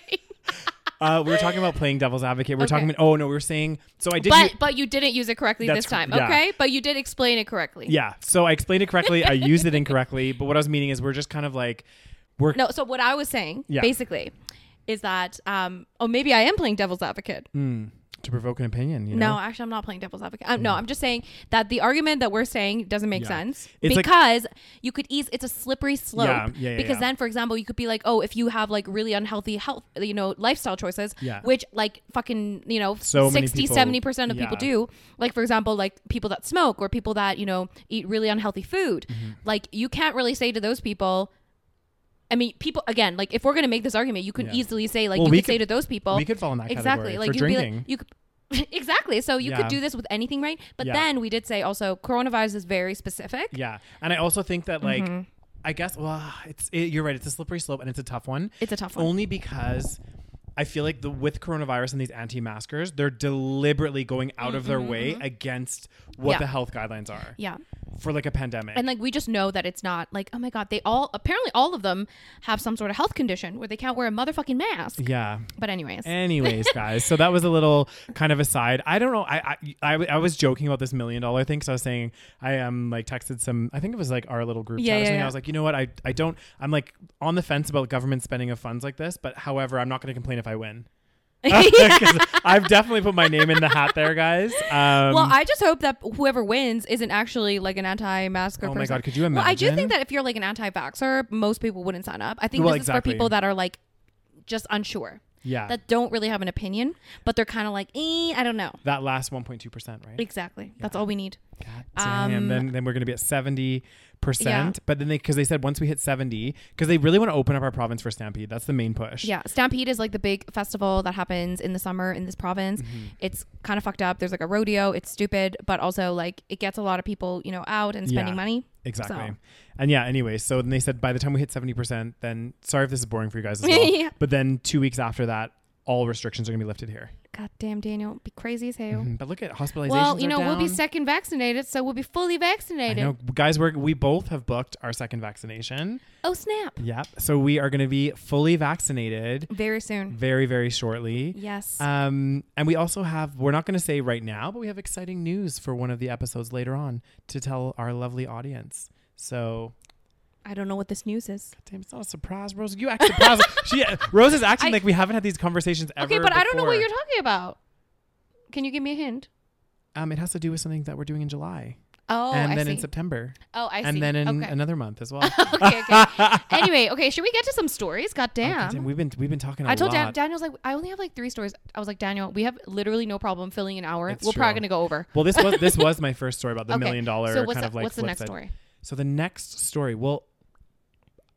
Speaker 2: Uh, we were talking about playing devil's advocate. We are talking
Speaker 1: Okay.
Speaker 2: about oh no, we were saying so I did.
Speaker 1: but
Speaker 2: hear-
Speaker 1: but you didn't use it correctly
Speaker 2: That's
Speaker 1: this time.
Speaker 2: cor- yeah.
Speaker 1: Okay, but you did explain it correctly.
Speaker 2: Yeah. So I explained it correctly. I used it incorrectly. But what I was meaning is we're just kind of like we're
Speaker 1: No, so what I was saying
Speaker 2: Yeah.
Speaker 1: basically is that um oh maybe I am playing devil's advocate.
Speaker 2: hmm, to provoke an opinion. You
Speaker 1: No,
Speaker 2: know? Mm.
Speaker 1: actually, I'm not playing devil's advocate. Um, No, I'm just saying that the argument that we're saying doesn't make
Speaker 2: Yeah.
Speaker 1: sense
Speaker 2: It's like-
Speaker 1: because you could ease. It's a slippery slope.
Speaker 2: Yeah, yeah, yeah,
Speaker 1: because
Speaker 2: yeah.
Speaker 1: then, for example, you could be like, oh, if you have like really unhealthy health, you know, lifestyle choices,
Speaker 2: Yeah.
Speaker 1: which like fucking, you know,
Speaker 2: So many
Speaker 1: 60,
Speaker 2: people-
Speaker 1: 70 percent of people
Speaker 2: yeah.
Speaker 1: do. Like for example, like people that smoke or people that you know eat really unhealthy food.
Speaker 2: Mm-hmm.
Speaker 1: Like you can't really say to those people. I mean, people again. Like, if we're gonna make this argument, you could
Speaker 2: Yeah.
Speaker 1: easily say, like,
Speaker 2: Well,
Speaker 1: you
Speaker 2: we
Speaker 1: could, say
Speaker 2: could-
Speaker 1: to those people,
Speaker 2: we could fall in that
Speaker 1: exactly
Speaker 2: category
Speaker 1: like
Speaker 2: for
Speaker 1: you'd be
Speaker 2: drinking.
Speaker 1: like you could, exactly so you
Speaker 2: Yeah.
Speaker 1: could do this with anything right but
Speaker 2: Yeah.
Speaker 1: then we did say also coronavirus is very specific
Speaker 2: Yeah. And I also think that like
Speaker 1: Mm-hmm.
Speaker 2: I guess well it's it, you're right. It's a slippery slope and it's a tough one.
Speaker 1: it's a tough one
Speaker 2: Only because I feel like the with coronavirus and these anti-maskers, they're deliberately going out of their way against what
Speaker 1: Mm-hmm, Yeah.
Speaker 2: the health guidelines are
Speaker 1: yeah
Speaker 2: for like a pandemic.
Speaker 1: and like we just know that it's not like oh my god they all apparently all of them have some sort of health condition where they can't wear a motherfucking mask
Speaker 2: yeah.
Speaker 1: but anyways
Speaker 2: Anyways, guys, so that was a little kind of aside. I don't know. I I, I, I was joking about this million dollar thing. So I was saying I um, like texted some. I think it was like our little group
Speaker 1: Yeah,
Speaker 2: chat or
Speaker 1: yeah,
Speaker 2: something.
Speaker 1: yeah.
Speaker 2: I was like, you know what? I I don't. I'm like on the fence about government spending of funds like this. But however, I'm not going to complain if I win. 'Cause I've definitely put my name in the hat there, guys. Um,
Speaker 1: well i just hope that whoever wins isn't actually like an anti-masker
Speaker 2: Oh my
Speaker 1: person.
Speaker 2: God, could you
Speaker 1: well i do
Speaker 2: imagine?
Speaker 1: think that if you're like an anti-vaxxer most people wouldn't sign up i think
Speaker 2: Well,
Speaker 1: this
Speaker 2: exactly.
Speaker 1: is for people that are like just unsure
Speaker 2: yeah, that,
Speaker 1: that don't really have an opinion but they're kind of like eh, i don't know
Speaker 2: last 1.2 percent, right?
Speaker 1: Exactly. That's all we need.
Speaker 2: God damn.
Speaker 1: Um,
Speaker 2: then then we're gonna be at seventy
Speaker 1: Yeah.
Speaker 2: percent. But then they because they said once we hit seventy, because they really want to open up our province for Stampede. That's the main push.
Speaker 1: Yeah. Stampede is like the big festival that happens in the summer in this province.
Speaker 2: Mm-hmm.
Speaker 1: It's kind of fucked up. There's like a rodeo. It's stupid, but also like it gets a lot of people, you know, out and spending
Speaker 2: Yeah.
Speaker 1: money.
Speaker 2: Exactly.
Speaker 1: So-
Speaker 2: And yeah, anyway, so then they said by the time we hit 70%, then sorry if this is boring for you guys as well.
Speaker 1: Yeah.
Speaker 2: But then two weeks after that, all restrictions are going to be lifted here.
Speaker 1: God damn, Daniel, be crazy as hell.
Speaker 2: But look at hospitalizations.
Speaker 1: Well, you
Speaker 2: Mm-hmm. are
Speaker 1: know, we'll be
Speaker 2: down.
Speaker 1: second vaccinated, so we'll be fully
Speaker 2: I
Speaker 1: vaccinated.
Speaker 2: know, guys, we're, we both have booked our second vaccination.
Speaker 1: Oh snap!
Speaker 2: Yep. So we are going to be fully vaccinated
Speaker 1: Very soon.
Speaker 2: very, very shortly.
Speaker 1: Yes.
Speaker 2: Um, and we also have, we're not going to say right now, but we have exciting news for one of the episodes later on to tell our lovely audience. So
Speaker 1: I don't know what this news is.
Speaker 2: Damn, it's not a surprise, Rose. You act surprised. she Rose is acting
Speaker 1: I-
Speaker 2: like we haven't had these conversations ever.
Speaker 1: Okay, but I don't know what
Speaker 2: before.
Speaker 1: you're talking about. Can you give me a hint?
Speaker 2: Um, it has to do with something that we're doing in July,
Speaker 1: Oh,
Speaker 2: and
Speaker 1: I
Speaker 2: then
Speaker 1: see.
Speaker 2: in September,
Speaker 1: oh, I see.
Speaker 2: and then in
Speaker 1: okay.
Speaker 2: another month as well.
Speaker 1: okay, okay. Anyway, okay. Should we get to some stories? God damn.
Speaker 2: We've been we've been talking. I
Speaker 1: I told Dan-
Speaker 2: lot.
Speaker 1: Daniel's like I only have like three stories. I was like Daniel, we have literally no problem filling an hour.
Speaker 2: It's
Speaker 1: We're probably
Speaker 2: true.
Speaker 1: gonna go over.
Speaker 2: well, this was this was my first story about the
Speaker 1: Okay.
Speaker 2: million dollar
Speaker 1: So what's
Speaker 2: kind
Speaker 1: the,
Speaker 2: of like
Speaker 1: what's the
Speaker 2: flip
Speaker 1: next
Speaker 2: side.
Speaker 1: story?
Speaker 2: So the next story, well,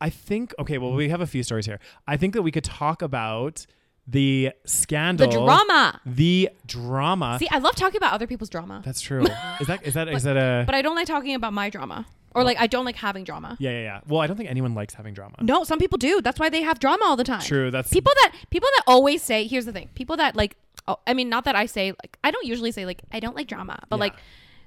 Speaker 2: I think okay. Well, we have a few stories here. I think that we could talk about the
Speaker 1: The
Speaker 2: scandal,
Speaker 1: drama.
Speaker 2: the drama.
Speaker 1: See, I love talking about other people's drama,
Speaker 2: That's true. Is that is that is that a
Speaker 1: but I don't like talking about my drama, or like I don't like having drama.
Speaker 2: yeah yeah yeah? Well, I don't think anyone likes having drama.
Speaker 1: No, some people do. That's why they have drama all the time.
Speaker 2: True, that's-
Speaker 1: people that people that always say. Here's the thing: people that like. Oh, I mean, not that I say like I don't usually say like I don't like drama, but
Speaker 2: Yeah.
Speaker 1: like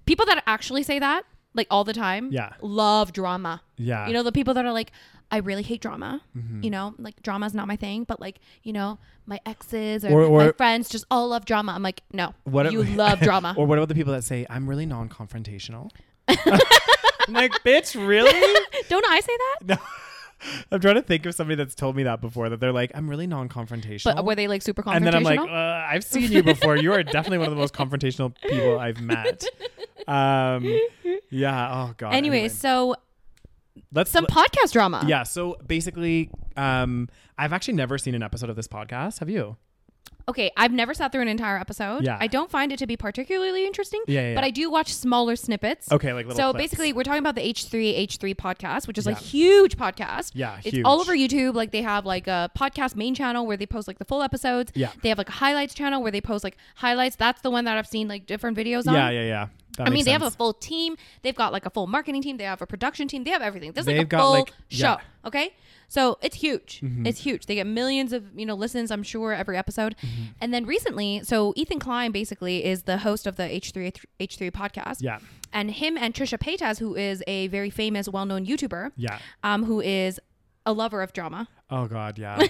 Speaker 1: people that actually say that like all the time.
Speaker 2: Yeah.
Speaker 1: love drama.
Speaker 2: Yeah.
Speaker 1: you know the people that are like I really hate drama.
Speaker 2: Mm-hmm.
Speaker 1: You know, like drama's not my thing, but like you know my exes or,
Speaker 2: Or- or-
Speaker 1: my friends just all love drama. I'm like, no,
Speaker 2: What
Speaker 1: you love drama.
Speaker 2: or what about the people that say I'm really non-confrontational? I'm like, bitch, really?
Speaker 1: don't I say that?
Speaker 2: No. I'm trying to think of somebody that's told me that before that they're like, I'm really non-confrontational.
Speaker 1: But were they like super confrontational?
Speaker 2: and then I'm like, uh, I've seen you before. You are definitely one of the most confrontational people I've met. Um, yeah. Oh God.
Speaker 1: Anyways,
Speaker 2: Anyway,
Speaker 1: so
Speaker 2: let's
Speaker 1: some
Speaker 2: let-
Speaker 1: podcast drama.
Speaker 2: yeah. So basically, um, I've actually never seen an episode of this podcast. Have you?
Speaker 1: Okay, I've never sat through an entire episode.
Speaker 2: Yeah.
Speaker 1: I don't find it to be particularly interesting.
Speaker 2: Yeah, yeah,
Speaker 1: But
Speaker 2: yeah.
Speaker 1: I do watch smaller snippets.
Speaker 2: Okay, like little
Speaker 1: So
Speaker 2: clips.
Speaker 1: basically, we're talking about the H3H3 podcast, which is a
Speaker 2: Yeah.
Speaker 1: huge podcast.
Speaker 2: Yeah,
Speaker 1: It's
Speaker 2: huge.
Speaker 1: all over YouTube. Like they have like a podcast main channel where they post like the full episodes.
Speaker 2: Yeah.
Speaker 1: They have like a highlights channel where they post like highlights. That's the one that I've seen like different videos on.
Speaker 2: Yeah, yeah, yeah. That
Speaker 1: I mean,
Speaker 2: makes
Speaker 1: they have a
Speaker 2: sense.
Speaker 1: full team. They've got like a full marketing team. They have a production team. They have everything. There's like a
Speaker 2: They've got,
Speaker 1: full
Speaker 2: like-
Speaker 1: show.
Speaker 2: yeah. Mm-hmm.
Speaker 1: Okay, so it's huge. It's huge. They get millions of you know listens. I'm sure every episode.
Speaker 2: Mm-hmm.
Speaker 1: And then recently, so Ethan Klein basically is the host of the H3 H3 podcast.
Speaker 2: Yeah.
Speaker 1: And him and Trisha Paytas, who is a very famous, well-known YouTuber,
Speaker 2: Yeah.
Speaker 1: um, who is a lover of drama,
Speaker 2: Oh God. Yeah.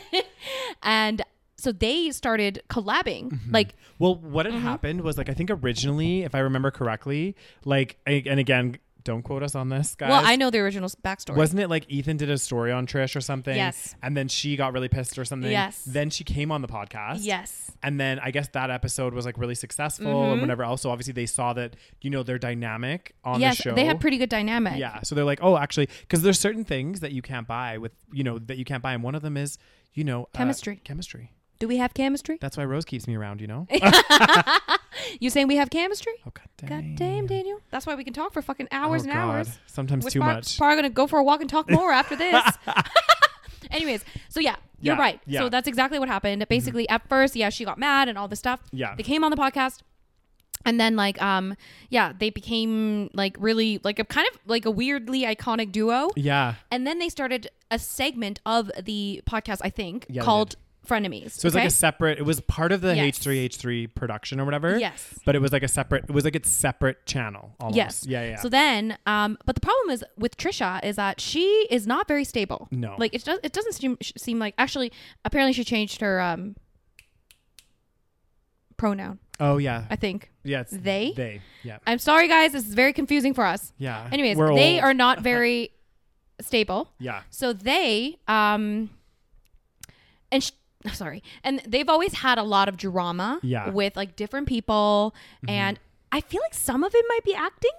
Speaker 1: and so they started collabing.
Speaker 2: Mm-hmm.
Speaker 1: Like
Speaker 2: Well, what
Speaker 1: Mm-hmm.
Speaker 2: had happened was like I think originally, if I remember correctly, like a- and again, don't quote us on this, guys.
Speaker 1: Well, I know the original s- backstory.
Speaker 2: Wasn't it like Ethan did a story on Trish or something?
Speaker 1: Yes.
Speaker 2: And then she got really pissed or something.
Speaker 1: Yes.
Speaker 2: Then she came on the podcast.
Speaker 1: yes. Mm-hmm.
Speaker 2: And then I guess that episode was like really successful and whatever else. So obviously they saw that, you know, their dynamic on
Speaker 1: Yes,
Speaker 2: the show.
Speaker 1: they had pretty good dynamic.
Speaker 2: Yeah. So they're like, oh, actually, because there's certain things that you can't buy with, you know, that you can't buy. And one of them is, you know, uh,
Speaker 1: Chemistry.
Speaker 2: chemistry.
Speaker 1: Do we have chemistry?
Speaker 2: That's why Rose keeps me around, you know?
Speaker 1: You saying we have chemistry?
Speaker 2: oh, God damn.
Speaker 1: God damn, Daniel. That's why we can talk for fucking hours
Speaker 2: Oh,
Speaker 1: and
Speaker 2: God.
Speaker 1: hours.
Speaker 2: Sometimes
Speaker 1: We're
Speaker 2: too
Speaker 1: prob-
Speaker 2: much.
Speaker 1: Probably gonna go for a walk and talk more after this. Anyways, so yeah, you're
Speaker 2: Yeah,
Speaker 1: right.
Speaker 2: yeah. Mm-hmm.
Speaker 1: So that's exactly what happened. Basically, at first, yeah, she got mad and all this stuff.
Speaker 2: Yeah.
Speaker 1: They came on the podcast. And then like um yeah, they became like really like a kind of like a weirdly iconic duo.
Speaker 2: yeah.
Speaker 1: And then they started a segment of the podcast, I think,
Speaker 2: Yeah, they
Speaker 1: called Frenemies.
Speaker 2: So it was like a separate. It was part of the
Speaker 1: Yes.
Speaker 2: H3H3 production or whatever.
Speaker 1: Yes.
Speaker 2: But it was like a separate. It was like its separate channel. Almost.
Speaker 1: Yes.
Speaker 2: Yeah. Yeah. yeah.
Speaker 1: So then, um, but the problem is with Trisha is that she is not very stable.
Speaker 2: No.
Speaker 1: Like it does. It doesn't seem sh- seem like actually. Apparently, she changed her um pronoun.
Speaker 2: oh yeah.
Speaker 1: I think.
Speaker 2: yeah. It's
Speaker 1: they?
Speaker 2: They. Yeah.
Speaker 1: I'm sorry, guys. This is very confusing for us.
Speaker 2: Yeah.
Speaker 1: Anyways,
Speaker 2: We're
Speaker 1: they
Speaker 2: old.
Speaker 1: are not very stable.
Speaker 2: Yeah.
Speaker 1: So they um and sh- I'm sorry. And they've always had a lot of drama
Speaker 2: Yeah. Mm-hmm.
Speaker 1: with like different people and I feel like some of it might be acting.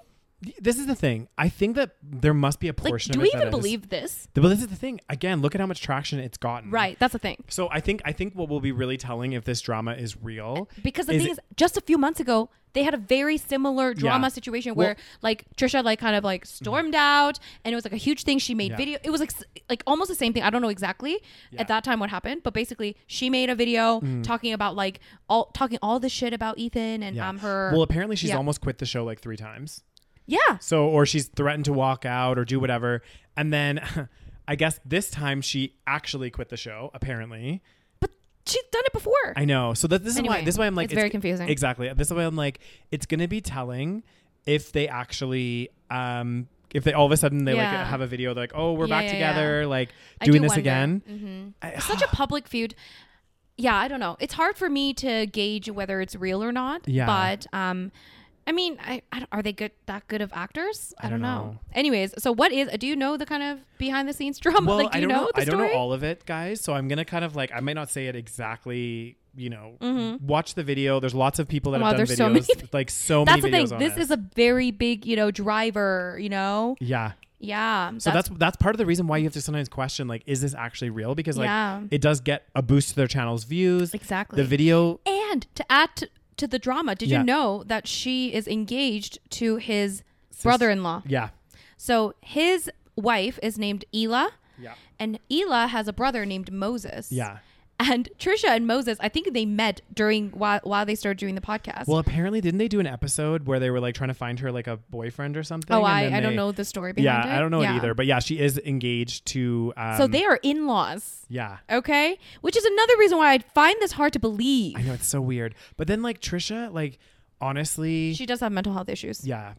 Speaker 2: This is the thing. I think that there must be a
Speaker 1: Like,
Speaker 2: portion
Speaker 1: do
Speaker 2: of
Speaker 1: we
Speaker 2: it that
Speaker 1: even
Speaker 2: is-
Speaker 1: believe this?
Speaker 2: Well, this is the thing. Again, look at how much traction it's gotten.
Speaker 1: Right, that's the thing.
Speaker 2: So I think I think what will be really telling if this drama is real
Speaker 1: Because the
Speaker 2: Is
Speaker 1: thing
Speaker 2: it-
Speaker 1: is, just a few months ago, they had a very similar drama
Speaker 2: Yeah.
Speaker 1: situation
Speaker 2: Well- Mm-hmm.
Speaker 1: where like Trisha like kind of like stormed out and it was like a huge thing. She made
Speaker 2: Yeah.
Speaker 1: video. It was like s- like almost the same thing. I don't know exactly
Speaker 2: Yeah. Mm.
Speaker 1: at that time what happened, but basically she made a video talking about like all talking all this shit about Ethan and
Speaker 2: Yeah.
Speaker 1: um her
Speaker 2: Well, apparently she's
Speaker 1: Yeah.
Speaker 2: almost quit the show like three times.
Speaker 1: Yeah.
Speaker 2: So, or she's threatened to walk out or do whatever. And then I guess this time she actually quit the show, apparently.
Speaker 1: But she's done it before.
Speaker 2: I know. So that this is why
Speaker 1: Anyway,
Speaker 2: this is why I'm like
Speaker 1: it's very confusing.
Speaker 2: Exactly. This is why I'm like it's going to be telling if they actually um if they all of a sudden they
Speaker 1: Yeah.
Speaker 2: like have a video they're like oh we're
Speaker 1: Yeah,
Speaker 2: back
Speaker 1: yeah, yeah.
Speaker 2: together like
Speaker 1: I do
Speaker 2: doing this
Speaker 1: wonder.
Speaker 2: again. I-
Speaker 1: It's such a public feud. Yeah, I don't know. It's hard for me to gauge whether it's real or not.
Speaker 2: Yeah.
Speaker 1: But um, I mean, I, I don't- are they good that good of actors? I,
Speaker 2: don't
Speaker 1: don't know.
Speaker 2: know.
Speaker 1: Anyways, so what is? Do you know the kind of behind the scenes drama?
Speaker 2: well,
Speaker 1: like, do
Speaker 2: I
Speaker 1: you
Speaker 2: don't
Speaker 1: know,
Speaker 2: know.
Speaker 1: the
Speaker 2: I don't
Speaker 1: story?
Speaker 2: know all of it, guys. So I'm gonna kind of like I might not say it exactly. You know, watch the video. There's lots of people that
Speaker 1: Mm-hmm. Wow,
Speaker 2: have done
Speaker 1: there's so
Speaker 2: videos.
Speaker 1: many-
Speaker 2: like so
Speaker 1: That's the
Speaker 2: many videos
Speaker 1: thing.
Speaker 2: on
Speaker 1: This
Speaker 2: it.
Speaker 1: is a very big, you know, driver. You know.
Speaker 2: yeah.
Speaker 1: Yeah.
Speaker 2: So that's, that's part of the reason why you have to sometimes question like, is this actually real? Because like
Speaker 1: Yeah.
Speaker 2: it does get a boost to their channel's views.
Speaker 1: Exactly.
Speaker 2: The video
Speaker 1: and to add to, to the drama, did
Speaker 2: Yeah.
Speaker 1: you know that she is engaged to his brother-in-law?
Speaker 2: Yeah.
Speaker 1: So his wife is named Ela,
Speaker 2: Yeah.
Speaker 1: and Elah has a brother named Moses.
Speaker 2: Yeah.
Speaker 1: And Trisha and Moses, I think they met during while, while they started doing the podcast.
Speaker 2: Well, apparently, didn't they do an episode where they were like trying to find her like a boyfriend or something?
Speaker 1: oh,
Speaker 2: and
Speaker 1: I,
Speaker 2: then
Speaker 1: I don't
Speaker 2: they-
Speaker 1: know the story
Speaker 2: Yeah,
Speaker 1: behind it.
Speaker 2: I don't know it
Speaker 1: Yeah.
Speaker 2: either. But yeah, she is engaged to. Um,
Speaker 1: so they are in laws,
Speaker 2: Yeah.
Speaker 1: okay? Which is another reason why I find this hard to believe.
Speaker 2: I know it's so weird. But then like Trisha, like honestly,
Speaker 1: She does have mental health issues.
Speaker 2: yeah,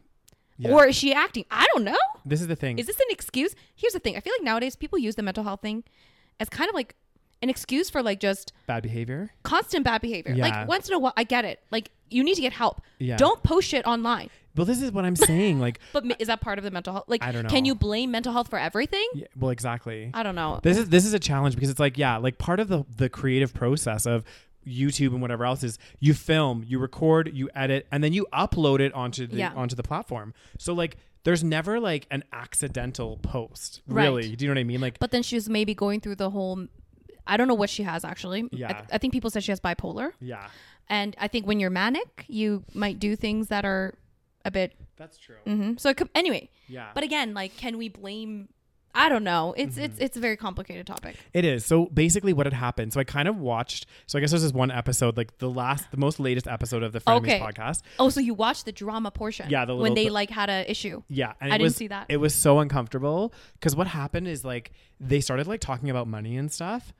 Speaker 2: yeah.
Speaker 1: Or is she acting? I don't know.
Speaker 2: this is the thing.
Speaker 1: Is this an excuse? Here's the thing. I feel like nowadays people use the mental health thing as kind of like an excuse for like just
Speaker 2: bad behavior?
Speaker 1: constant bad behavior.
Speaker 2: Yeah.
Speaker 1: Like once in a while, I get it. Like you need to get help.
Speaker 2: Yeah.
Speaker 1: Don't post shit online.
Speaker 2: Well, this is what I'm saying. Like,
Speaker 1: But ma- is that part of the mental health? Like,
Speaker 2: I don't
Speaker 1: Can
Speaker 2: know.
Speaker 1: you blame mental health for everything?
Speaker 2: yeah, well, exactly.
Speaker 1: I don't know.
Speaker 2: This is this is a challenge because it's like yeah, like part of the the creative process of YouTube and whatever else is you film, you record, you edit, and then you upload it onto the
Speaker 1: Yeah.
Speaker 2: onto the platform. So like, there's never like an accidental post.
Speaker 1: Right.
Speaker 2: Really, do you know what I mean? Like,
Speaker 1: But then she was maybe going through the whole. I don't know what she has actually. I-
Speaker 2: Yeah.
Speaker 1: I think people said she has bipolar,
Speaker 2: yeah,
Speaker 1: and I think when you're manic, you might do things that are a bit.
Speaker 2: that's true.
Speaker 1: hmm So it could, anyway,
Speaker 2: Yeah,
Speaker 1: but again, like, can we blame? I don't know. It's
Speaker 2: Mm-hmm.
Speaker 1: it's it's a very complicated topic.
Speaker 2: It is. So basically what had happened. So I kind of watched so I guess there's this one episode, like the last the most latest episode of the Frenemies
Speaker 1: Okay.
Speaker 2: podcast.
Speaker 1: Oh, so you watched the drama portion?
Speaker 2: Yeah, the
Speaker 1: when
Speaker 2: little-
Speaker 1: they
Speaker 2: the-
Speaker 1: like had a issue.
Speaker 2: Yeah, and
Speaker 1: I
Speaker 2: it
Speaker 1: didn't
Speaker 2: was,
Speaker 1: see that.
Speaker 2: It was so uncomfortable because what happened is like they started like talking about money and stuff,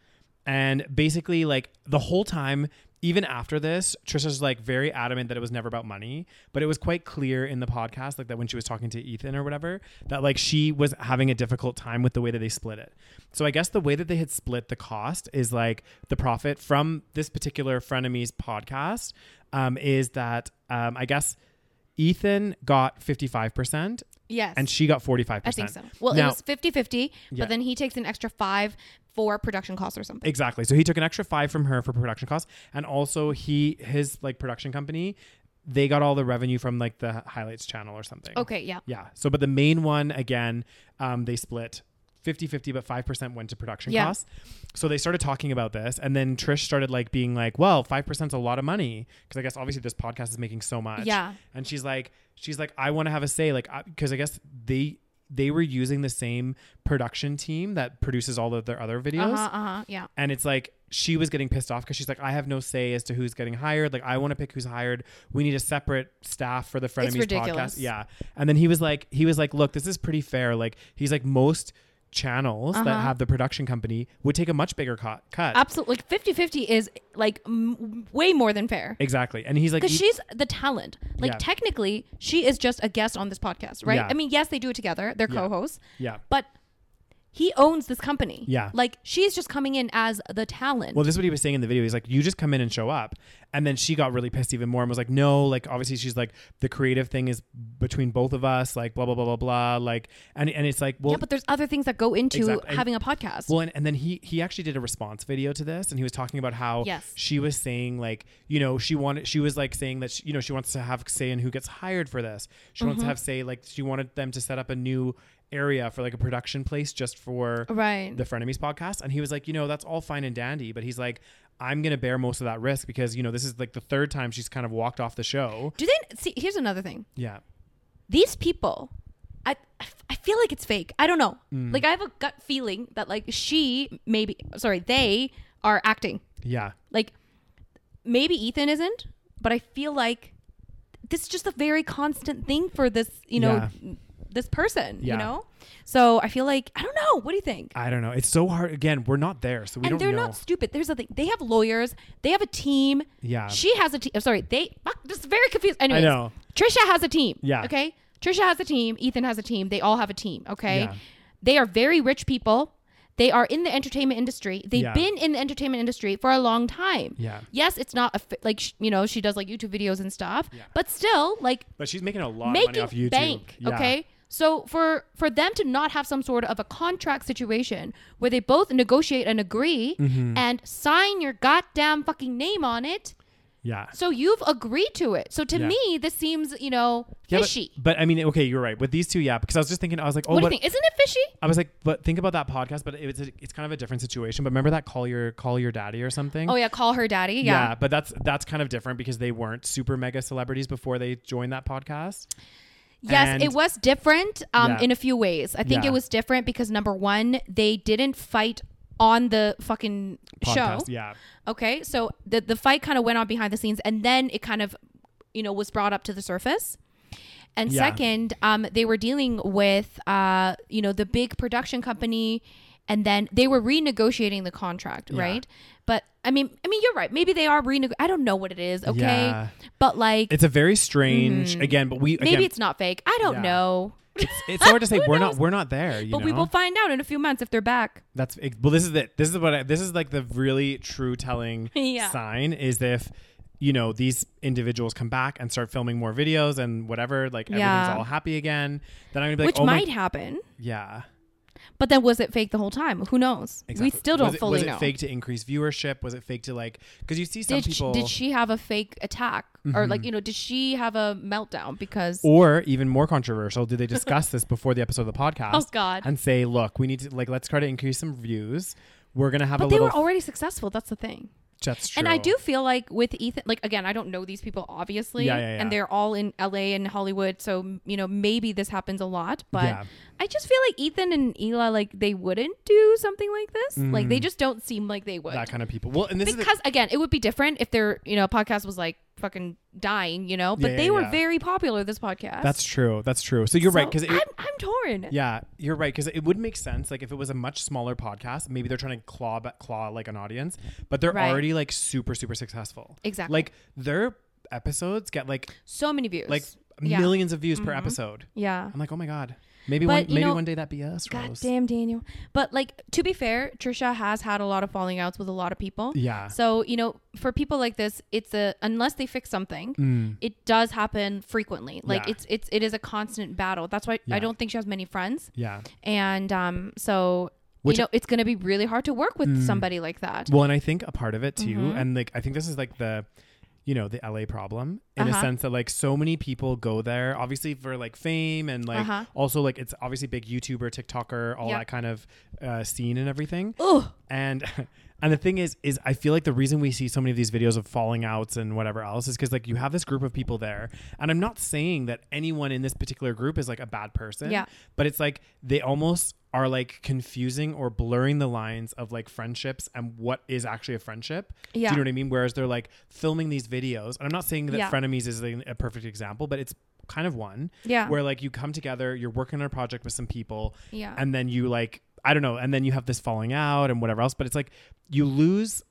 Speaker 2: and basically like the whole time, even after this, Trisha's like very adamant that it was never about money, but it was quite clear in the podcast like that when she was talking to Ethan or whatever that like she was having a difficult time with the way that they split it. So I guess the way that they had split the cost is like the profit from this particular frenemies podcast um, is that um, I guess. Ethan got 55%
Speaker 1: Yes,
Speaker 2: and she got 45%.
Speaker 1: I think so. Well, it
Speaker 2: Now-
Speaker 1: was 50-50,
Speaker 2: Yeah.
Speaker 1: but then he takes an extra five for production costs or something.
Speaker 2: Exactly. So he took an extra 5 from her for production costs and also he his like production company they got all the revenue from like the highlights channel or something.
Speaker 1: Okay, yeah.
Speaker 2: Yeah. So but the main one again um they split 50-50 but 5% went to production
Speaker 1: Yeah.
Speaker 2: costs. So they started talking about this and then Trish started like being like, "Well, 5%'s a lot of money because I guess obviously this podcast is making so much."
Speaker 1: Yeah.
Speaker 2: and she's like she's like i want to have a say like because I, guess they they were using the same production team that produces all of their other videos
Speaker 1: Uh huh. Uh huh. Yeah.
Speaker 2: and it's like she was getting pissed off because she's like i have no say as to who's getting hired like i want to pick who's hired we need a separate staff for the frenemies podcast
Speaker 1: ridiculous.
Speaker 2: yeah and then he was like he was like look this is pretty fair like he's like most channels that have the production company would take a much bigger cut, cut.
Speaker 1: Absolutely. Like 50 50 is like m- way more than fair.
Speaker 2: exactly and he's like
Speaker 1: Because
Speaker 2: "E-
Speaker 1: she's the talent. Like,
Speaker 2: Yeah.
Speaker 1: technically, she is just a guest on this podcast, right?
Speaker 2: Yeah.
Speaker 1: I mean, yes, they do it together, they're
Speaker 2: Yeah.
Speaker 1: co hosts,
Speaker 2: yeah
Speaker 1: but he owns this company.
Speaker 2: Yeah.
Speaker 1: Like, she's just coming in as the talent.
Speaker 2: Well, this is what he was saying in the video. He's like, you just come in and show up. And then she got really pissed even more and was like, no, like, obviously she's like, the creative thing is between both of us, like, blah, blah, blah, blah, blah. Like, and, and it's like, well,
Speaker 1: yeah, but there's other things that go into
Speaker 2: Exactly. And-
Speaker 1: having a podcast.
Speaker 2: well, and, and then he he actually did a response video to this, and he was talking about how
Speaker 1: Yes.
Speaker 2: she was saying like you know she wanted she was like saying that she, you know she wants to have say in who gets hired for this. She wants to
Speaker 1: Mm-hmm.
Speaker 2: have say like she wanted them to set up a new area for like a production place just for
Speaker 1: right.
Speaker 2: the Frenemies podcast. And he was like, you know, that's all fine and dandy, but he's like, I'm going to bear most of that risk because, you know, this is like the third time she's kind of walked off the show.
Speaker 1: do they see? Here's another thing.
Speaker 2: Yeah.
Speaker 1: these people I, I feel like it's fake i don't know
Speaker 2: Mm.
Speaker 1: like i have a gut feeling that like she maybe sorry they are acting
Speaker 2: Yeah.
Speaker 1: like maybe ethan isn't but i feel like this is just a very constant thing for this you know this person
Speaker 2: Yeah.
Speaker 1: you know so i feel like i don't know what do you think
Speaker 2: I don't know. It's so hard. Again, we're not there, so we
Speaker 1: and
Speaker 2: don't
Speaker 1: they're
Speaker 2: know.
Speaker 1: not stupid. There's the thing. They have lawyers. They have a team.
Speaker 2: Yeah.
Speaker 1: She has a team. I'm sorry. They. Fuck, this is very confused. Anyways,
Speaker 2: know.
Speaker 1: Trisha has a team.
Speaker 2: Yeah.
Speaker 1: Okay. Trisha has a team. Ethan has a team. They all have a team. Okay.
Speaker 2: Yeah.
Speaker 1: They are very rich people. They are in the entertainment industry. They've
Speaker 2: Yeah.
Speaker 1: been in the entertainment industry for a long time.
Speaker 2: Yeah.
Speaker 1: Yes, it's not a, fi- like sh- you know she does like YouTube videos and stuff, but still like
Speaker 2: but she's making a lot of money
Speaker 1: making
Speaker 2: off YouTube.
Speaker 1: bank.
Speaker 2: Yeah.
Speaker 1: Okay. So for for them to not have some sort of a contract situation where they both negotiate and agree
Speaker 2: Mm-hmm.
Speaker 1: and sign your goddamn fucking name on it,
Speaker 2: Yeah.
Speaker 1: so you've agreed to it. So to
Speaker 2: Yeah.
Speaker 1: me, this seems you know
Speaker 2: Yeah, but-
Speaker 1: fishy.
Speaker 2: but, I mean, okay, you're right. With these two, yeah, because I was just thinking, I was like, oh,
Speaker 1: what do
Speaker 2: what-
Speaker 1: you think? Isn't it fishy?
Speaker 2: I was like, but think about that podcast. But it's a, it's kind of a different situation. But remember that call your call your daddy or something.
Speaker 1: Oh yeah, call her daddy. Yeah.
Speaker 2: but that's that's kind of different because they weren't super mega celebrities before they joined that podcast.
Speaker 1: yeah, Yes,
Speaker 2: And-
Speaker 1: it was different um,
Speaker 2: Yeah.
Speaker 1: in a few ways. I think
Speaker 2: Yeah.
Speaker 1: it was different because number one, they didn't fight on the fucking
Speaker 2: podcast.
Speaker 1: show.
Speaker 2: Yeah.
Speaker 1: Okay, so the the fight kind of went on behind the scenes, and then it kind of, you know, was brought up to the surface. And
Speaker 2: Yeah.
Speaker 1: second, um, they were dealing with, uh, you know, the big production company, and then they were renegotiating the contract, right? But I mean, I mean, you're right. Maybe they are reneg. I don't know what it is. Okay,
Speaker 2: Yeah.
Speaker 1: but like
Speaker 2: It's a very strange again, but we
Speaker 1: Mm-hmm. maybe
Speaker 2: again,
Speaker 1: it's not fake. I don't
Speaker 2: Yeah.
Speaker 1: know.
Speaker 2: it's, it's hard to say.
Speaker 1: Who
Speaker 2: we're
Speaker 1: knows?
Speaker 2: not we're not there. You
Speaker 1: But
Speaker 2: know?
Speaker 1: we will find out in a few months if they're back.
Speaker 2: That's ex- well. This is it. This is what. I, this is like the really true telling
Speaker 1: Yeah.
Speaker 2: sign is if you know these individuals come back and start filming more videos and whatever. Like
Speaker 1: Yeah.
Speaker 2: everything's all happy again. Then I'm gonna be like,
Speaker 1: Which
Speaker 2: oh
Speaker 1: might
Speaker 2: my,
Speaker 1: happen.
Speaker 2: yeah.
Speaker 1: But then was it fake the whole time? Who knows? We still don't
Speaker 2: was it,
Speaker 1: fully
Speaker 2: was it
Speaker 1: know.
Speaker 2: fake to increase viewership? Was it fake to like? Because you see some
Speaker 1: did
Speaker 2: people. Mm-hmm.
Speaker 1: she, did she have a fake attack or like you know did she have a meltdown because
Speaker 2: or even more controversial, did they discuss this before the episode of the podcast?
Speaker 1: Oh, God.
Speaker 2: And say, look, we need to like let's try to increase some views. We're gonna have a
Speaker 1: but they
Speaker 2: little.
Speaker 1: were already successful that's the thing
Speaker 2: that's true.
Speaker 1: and i do feel like with ethan like again i don't know these people obviously
Speaker 2: Yeah, yeah,
Speaker 1: and
Speaker 2: yeah.
Speaker 1: they're all in la and hollywood so you know maybe this happens a lot but
Speaker 2: Yeah.
Speaker 1: i just feel like ethan and Hila like they wouldn't do something like this like they just don't seem like they would
Speaker 2: Mm. that kind of people. Well, and this is the,
Speaker 1: because again it would be different if their you know podcast was like fucking dying you know but
Speaker 2: Yeah,
Speaker 1: they
Speaker 2: yeah,
Speaker 1: were
Speaker 2: yeah.
Speaker 1: very popular this podcast
Speaker 2: that's true. That's true. So you're right
Speaker 1: So
Speaker 2: because
Speaker 1: I'm, I'm torn
Speaker 2: Yeah, you're right because it would make sense. Like if it was a much smaller podcast, maybe they're trying to claw ba- claw like an audience, but they're
Speaker 1: Right.
Speaker 2: already like super super successful.
Speaker 1: Exactly.
Speaker 2: Like their episodes get like
Speaker 1: so many views
Speaker 2: like
Speaker 1: Yeah.
Speaker 2: millions of views per episode.
Speaker 1: Yeah.
Speaker 2: I'm like, oh my god, maybe
Speaker 1: But,
Speaker 2: one
Speaker 1: you
Speaker 2: maybe
Speaker 1: know-
Speaker 2: one day that be us, Rose.
Speaker 1: Damn, Daniel. But like to be fair, Trisha has had a lot of falling outs with a lot of people.
Speaker 2: Yeah.
Speaker 1: So you know, for people like this, it's a unless they fix something, it does happen frequently. Like
Speaker 2: Mm. Yeah.
Speaker 1: it's it's it is a constant battle. That's why I
Speaker 2: Yeah.
Speaker 1: don't think she has many friends,
Speaker 2: Yeah.
Speaker 1: and um, so
Speaker 2: Which- Mm.
Speaker 1: you know, it's going to be really hard to work with somebody like that. Mm-hmm.
Speaker 2: Well, and I think a part of it too, and like I think this is like the, you know, the LA problem in
Speaker 1: Uh-huh.
Speaker 2: a sense that like so many people go there, obviously for like fame and like
Speaker 1: Uh-huh.
Speaker 2: also like it's obviously big YouTuber, TikToker, all
Speaker 1: Yeah.
Speaker 2: that kind of uh, scene and everything.
Speaker 1: Ugh.
Speaker 2: And and the thing is, is I feel like the reason we see so many of these videos of falling outs and whatever else is because like you have this group of people there, and I'm not saying that anyone in this particular group is like a bad person,
Speaker 1: Yeah.
Speaker 2: but it's like they almost are like confusing or blurring the lines of like friendships and what is actually a friendship.
Speaker 1: Yeah.
Speaker 2: Do you know what I mean? Whereas they're like filming these videos, and I'm not saying that
Speaker 1: Yeah.
Speaker 2: frenemies is a, a perfect example, but it's kind of one
Speaker 1: Yeah.
Speaker 2: where like you come together, you're working on a project with some people,
Speaker 1: Yeah.
Speaker 2: and then you like I don't know, and then you have this falling out and whatever else, but it's like you lose.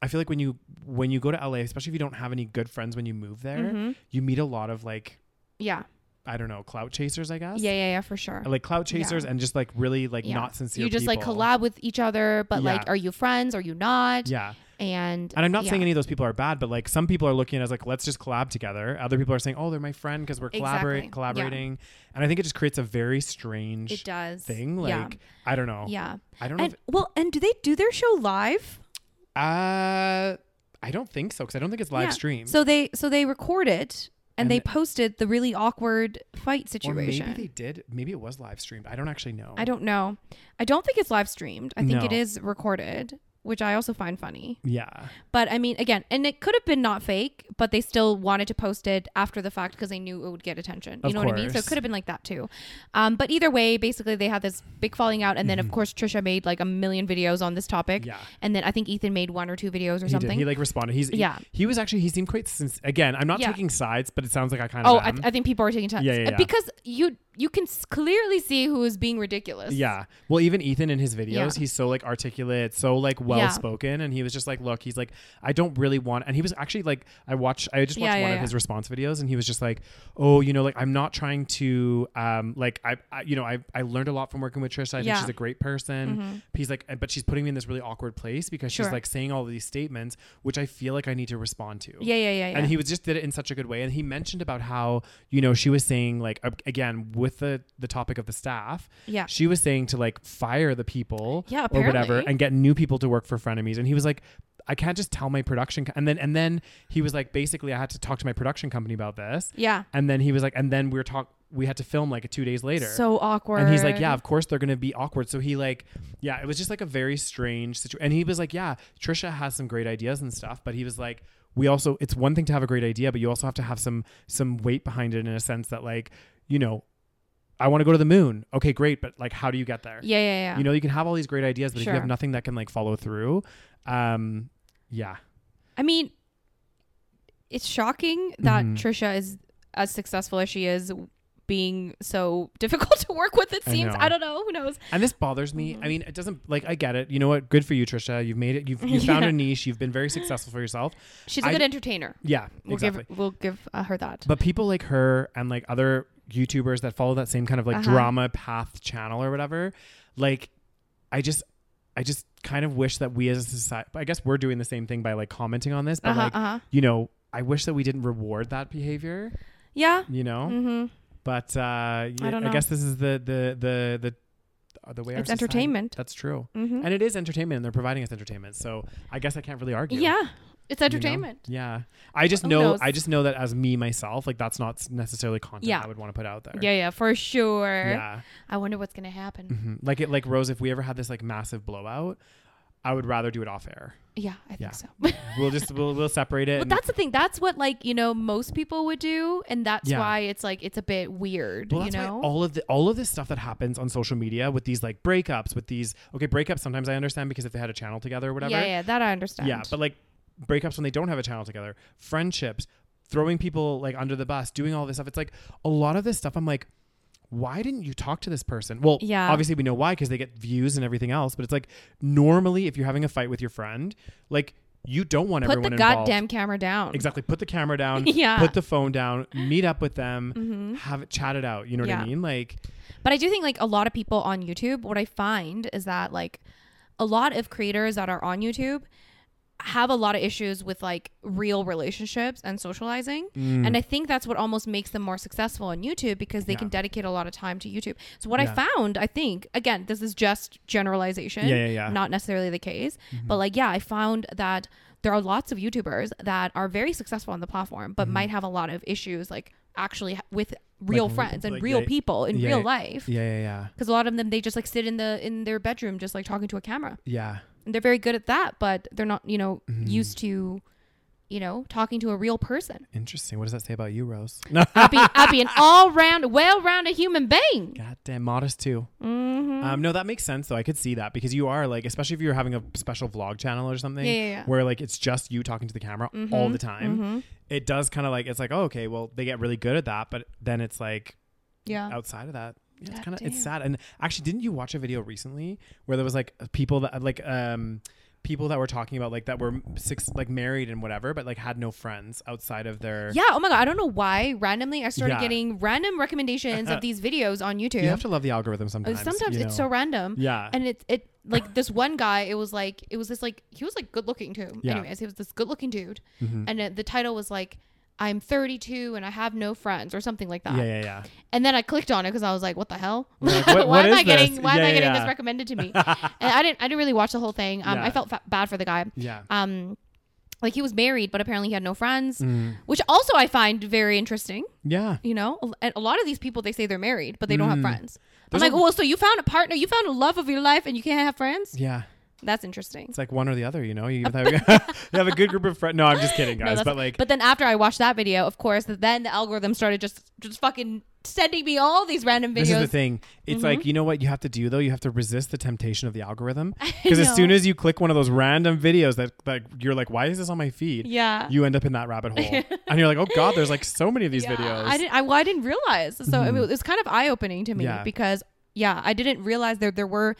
Speaker 2: I feel like when you when you go to LA, especially if you don't have any good friends when you move there,
Speaker 1: Mm-hmm.
Speaker 2: you meet a lot of like
Speaker 1: yeah.
Speaker 2: I don't know clout chasers, I guess.
Speaker 1: Yeah. Yeah. Yeah. For sure.
Speaker 2: Like clout chasers and just like really like
Speaker 1: Yeah.
Speaker 2: not sincere.
Speaker 1: You just like
Speaker 2: people.
Speaker 1: collab with each other, but like,
Speaker 2: Yeah.
Speaker 1: are you friends? Are you not?
Speaker 2: Yeah.
Speaker 1: And
Speaker 2: And I'm not
Speaker 1: yeah.
Speaker 2: saying any of those people are bad, but like some people are looking at it as like, let's just collab together. Other people are saying, oh, they're my friend because we're
Speaker 1: Exactly.
Speaker 2: collaborate
Speaker 1: Yeah.
Speaker 2: collaborating. And I think it just creates a very strange
Speaker 1: it does
Speaker 2: thing. Like,
Speaker 1: yeah.
Speaker 2: I don't know.
Speaker 1: Yeah.
Speaker 2: I don't know.
Speaker 1: And well, and do they do their show live?
Speaker 2: If, uh, I don't think so because I don't think it's live
Speaker 1: Yeah.
Speaker 2: streamed.
Speaker 1: So they so they record it and,
Speaker 2: And
Speaker 1: they
Speaker 2: it-
Speaker 1: posted the really awkward fight
Speaker 2: or maybe
Speaker 1: situation.
Speaker 2: they did. Maybe it was live streamed. I don't actually know.
Speaker 1: I don't know. I don't think it's live streamed. I think it
Speaker 2: No.
Speaker 1: is recorded, which I also find funny.
Speaker 2: Yeah.
Speaker 1: But I mean, again, and it could have been not fake, but they still wanted to post it after the fact because they knew it would get attention. You
Speaker 2: Of
Speaker 1: know what I mean? So it
Speaker 2: course.
Speaker 1: could have been like that too. Um, but either way, basically they had this big falling out, and then
Speaker 2: Mm-hmm.
Speaker 1: of course Trisha made like a million videos on this topic.
Speaker 2: Yeah.
Speaker 1: And then I think Ethan made one or two videos or
Speaker 2: He
Speaker 1: something.
Speaker 2: did. He like responded. He's he-
Speaker 1: Yeah.
Speaker 2: He, was actually. He seemed quite. Since again, I'm not
Speaker 1: Yeah.
Speaker 2: taking sides, but it sounds like I kind of.
Speaker 1: Oh, I,
Speaker 2: am.
Speaker 1: th- I think people are taking time. Uh,
Speaker 2: Yeah, yeah, yeah.
Speaker 1: Because you you can s- clearly see who is being ridiculous.
Speaker 2: Yeah. Well, even Ethan in his videos,
Speaker 1: Yeah.
Speaker 2: he's so like articulate, so like well spoken, and he was just like, "Look, he's like, I don't really want." And he was actually like, I watched, I just watched
Speaker 1: Yeah, yeah,
Speaker 2: one
Speaker 1: yeah.
Speaker 2: of his response videos, and he was just like, "Oh, you know, like I'm not trying to, um, like I, I you know, I, I learned a lot from working with Trisha. I
Speaker 1: Yeah. Mm-hmm.
Speaker 2: think she's a great person. He's like, but she's putting me in this really awkward place because
Speaker 1: Sure.
Speaker 2: she's like saying all these statements, which I feel like I need to respond to.
Speaker 1: Yeah, yeah, yeah, yeah.
Speaker 2: And he was just did it in such a good way. And he mentioned about how you know she was saying like a- again with the the topic of the staff.
Speaker 1: Yeah.
Speaker 2: she was saying to like fire the people.
Speaker 1: Yeah,
Speaker 2: or whatever,
Speaker 1: apparently.
Speaker 2: and get new people to work for frenemies. And he was like. I can't just tell my production, co-. and then and then he was like, basically, I had to talk to my production company about this,
Speaker 1: yeah.
Speaker 2: and then he was like, and then we were talk, we had to film like two days later,
Speaker 1: So awkward.
Speaker 2: and he's like, yeah, of course they're gonna be awkward. So he like, yeah, it was just like a very strange situation. And he was like, yeah, Trisha has some great ideas and stuff, but he was like, we also, it's one thing to have a great idea, but you also have to have some some weight behind it in a sense that like, you know, I want to go to the moon. Okay, great, but like, how do you get there?
Speaker 1: Yeah, yeah, yeah.
Speaker 2: You know, you can have all these great ideas, but if you have
Speaker 1: Sure.
Speaker 2: nothing that can like follow through, um, yeah,
Speaker 1: I mean, it's shocking that
Speaker 2: Mhm.
Speaker 1: Trisha is as successful as she is being so difficult to work with it
Speaker 2: I
Speaker 1: seems.
Speaker 2: know.
Speaker 1: I, don't know, who knows.
Speaker 2: And this bothers me.
Speaker 1: Mm-hmm.
Speaker 2: I mean, it doesn't like I get it. You know what? Good for you, Trisha. You've made it. You've you found
Speaker 1: Yeah.
Speaker 2: a niche. You've been very successful for yourself.
Speaker 1: She's a
Speaker 2: I-
Speaker 1: good entertainer.
Speaker 2: Yeah,
Speaker 1: We'll
Speaker 2: exactly.
Speaker 1: give we'll give uh, her that.
Speaker 2: But people like her and like other YouTubers that follow that same kind of like
Speaker 1: Uh-huh.
Speaker 2: drama path channel or whatever, like I just I just kind of wish that we as a society I guess we're doing the same thing by like commenting on this, but
Speaker 1: Uh-huh,
Speaker 2: like
Speaker 1: uh-huh.
Speaker 2: you know, I wish that we didn't reward that behavior,
Speaker 1: Yeah.
Speaker 2: you know?
Speaker 1: Mhm.
Speaker 2: But uh yeah, I,
Speaker 1: don't know.
Speaker 2: guess this is the the the the uh, the way our
Speaker 1: It's
Speaker 2: society-
Speaker 1: entertainment.
Speaker 2: That's true.
Speaker 1: Mhm.
Speaker 2: And it is entertainment and they're providing us entertainment. So I guess I can't really argue.
Speaker 1: Yeah. It's
Speaker 2: you know?
Speaker 1: entertainment.
Speaker 2: Yeah. I just
Speaker 1: Who
Speaker 2: know
Speaker 1: knows?
Speaker 2: I just know that as me myself, like that's not s- necessarily content
Speaker 1: Yeah.
Speaker 2: I would want to put out there.
Speaker 1: Yeah, yeah, for sure.
Speaker 2: Yeah.
Speaker 1: I wonder what's going to happen.
Speaker 2: Mhm. Like it like Rose, if we ever had this like massive blowout, I would rather do it off air.
Speaker 1: Yeah, I think
Speaker 2: Yeah.
Speaker 1: so.
Speaker 2: We'll just we'll, we'll separate it.
Speaker 1: But
Speaker 2: and-
Speaker 1: that's the thing. That's what like you know most people would do, and that's
Speaker 2: Yeah.
Speaker 1: why it's like it's a bit weird.
Speaker 2: well,
Speaker 1: you
Speaker 2: that's why
Speaker 1: know,
Speaker 2: all of the all of this stuff that happens on social media with these like breakups, with these okay breakups. Sometimes I understand because if they had a channel together or whatever.
Speaker 1: yeah, yeah, that I understand.
Speaker 2: Yeah, but like breakups when they don't have a channel together, friendships, throwing people like under the bus, doing all this stuff. It's like a lot of this stuff. I'm like, why didn't you talk to this person? Well,
Speaker 1: Yeah.
Speaker 2: obviously we know why because they get views and everything else. But it's like normally if you're having a fight with your friend, like you don't want
Speaker 1: put the
Speaker 2: everyone involved.
Speaker 1: goddamn camera down.
Speaker 2: Exactly. Put the camera down.
Speaker 1: Yeah.
Speaker 2: Put the phone down. Meet up with them.
Speaker 1: Mhm.
Speaker 2: Have it chatted out. You know what I
Speaker 1: Yeah.
Speaker 2: mean? Like,
Speaker 1: But I do think like a lot of people on YouTube, what I find is that like a lot of creators that are on YouTube have a lot of issues with like real relationships and socializing.
Speaker 2: Mm.
Speaker 1: And I think that's what almost makes them more successful on YouTube because they
Speaker 2: Yeah.
Speaker 1: can dedicate a lot of time to YouTube. So what
Speaker 2: Yeah.
Speaker 1: I found, I think, again, this is just generalization.
Speaker 2: Yeah, yeah, yeah. Mm-hmm.
Speaker 1: Not necessarily the case. But like, yeah, I found that there are lots of YouTubers that are very successful on the platform,
Speaker 2: Mm-hmm.
Speaker 1: but might have a lot of issues like actually ha- with real
Speaker 2: re-
Speaker 1: friends and
Speaker 2: like
Speaker 1: real
Speaker 2: they-
Speaker 1: people in
Speaker 2: yeah,
Speaker 1: real
Speaker 2: yeah.
Speaker 1: life
Speaker 2: yeah, yeah, yeah,
Speaker 1: because a lot of them they just like sit in the in their bedroom just like talking to a camera
Speaker 2: yeah.
Speaker 1: and they're very good at that but they're not you know
Speaker 2: Mm-hmm.
Speaker 1: used to you know talking to a real person
Speaker 2: Interesting. What does that say about you, Rose? No.
Speaker 1: i'll be i'll be an all-round well-rounded human being Mm-hmm.
Speaker 2: Goddamn modest too. Um, no, that makes sense though. I could see that because you are like, especially if you're having a special vlog channel or something,
Speaker 1: Yeah, yeah, Mm-hmm. yeah.
Speaker 2: where like it's just you talking to the camera all the time. It does kind of like it's like, oh, okay, well they get really good at that, but then it's like
Speaker 1: yeah
Speaker 2: outside of that. Yeah, it's
Speaker 1: God
Speaker 2: kind of it's
Speaker 1: damn.
Speaker 2: sad. And actually, didn't you watch a video recently where there was like people that like um people that were talking about like that were six like married and whatever, but like had no friends outside of their.
Speaker 1: yeah oh my god i don't know why randomly i started
Speaker 2: Yeah.
Speaker 1: getting random recommendations of these videos on youtube
Speaker 2: You have to love the algorithm
Speaker 1: Uh,
Speaker 2: sometimes.
Speaker 1: sometimes
Speaker 2: you
Speaker 1: it's
Speaker 2: know?
Speaker 1: so random
Speaker 2: Yeah.
Speaker 1: and it it like this one guy it was like it was this like he was like good looking too
Speaker 2: Yeah. Mm-hmm.
Speaker 1: anyways he was this good looking dude and uh, the title was like i'm 32 and i have no friends or something like that
Speaker 2: yeah, yeah, yeah.
Speaker 1: and then i clicked on it because i was like what the hell
Speaker 2: like, what-
Speaker 1: why
Speaker 2: what
Speaker 1: am
Speaker 2: is
Speaker 1: i getting
Speaker 2: this?
Speaker 1: why am
Speaker 2: Yeah,
Speaker 1: i getting
Speaker 2: yeah, yeah.
Speaker 1: this recommended to me and i didn't i didn't really watch the whole thing um
Speaker 2: Yeah.
Speaker 1: i felt fa- bad for the guy
Speaker 2: Yeah.
Speaker 1: um like he was married but apparently he had no friends
Speaker 2: Mm-hmm.
Speaker 1: which also i find very interesting
Speaker 2: Yeah.
Speaker 1: you know A- and a lot of these people they say they're married but they don't have friends
Speaker 2: Mm. There's
Speaker 1: i'm like
Speaker 2: a-
Speaker 1: well so you found a partner you found a love of your life and you can't have friends
Speaker 2: Yeah.
Speaker 1: that's interesting
Speaker 2: It's like one or the other, you know? You have, you have a good group of friends. No, I'm just kidding,
Speaker 1: No,
Speaker 2: guys.
Speaker 1: that's-
Speaker 2: but like,
Speaker 1: but then after i watched that video of course then the algorithm started just just fucking sending me all these random videos
Speaker 2: this is the thing. It's
Speaker 1: Mm-hmm.
Speaker 2: like, you know what you have to do, though? You have to resist the temptation of the algorithm. Because
Speaker 1: know.
Speaker 2: as soon as you click one of those random videos that, that you're like, why is this on my feed?
Speaker 1: yeah
Speaker 2: You end up in that rabbit hole. and you're like, oh, God, there's like so many of these
Speaker 1: Yeah.
Speaker 2: videos. Mm-hmm.
Speaker 1: i didn't i, well, I didn't realize so I mean, it was kind of eye-opening to me
Speaker 2: Yeah.
Speaker 1: because yeah i didn't realize there there were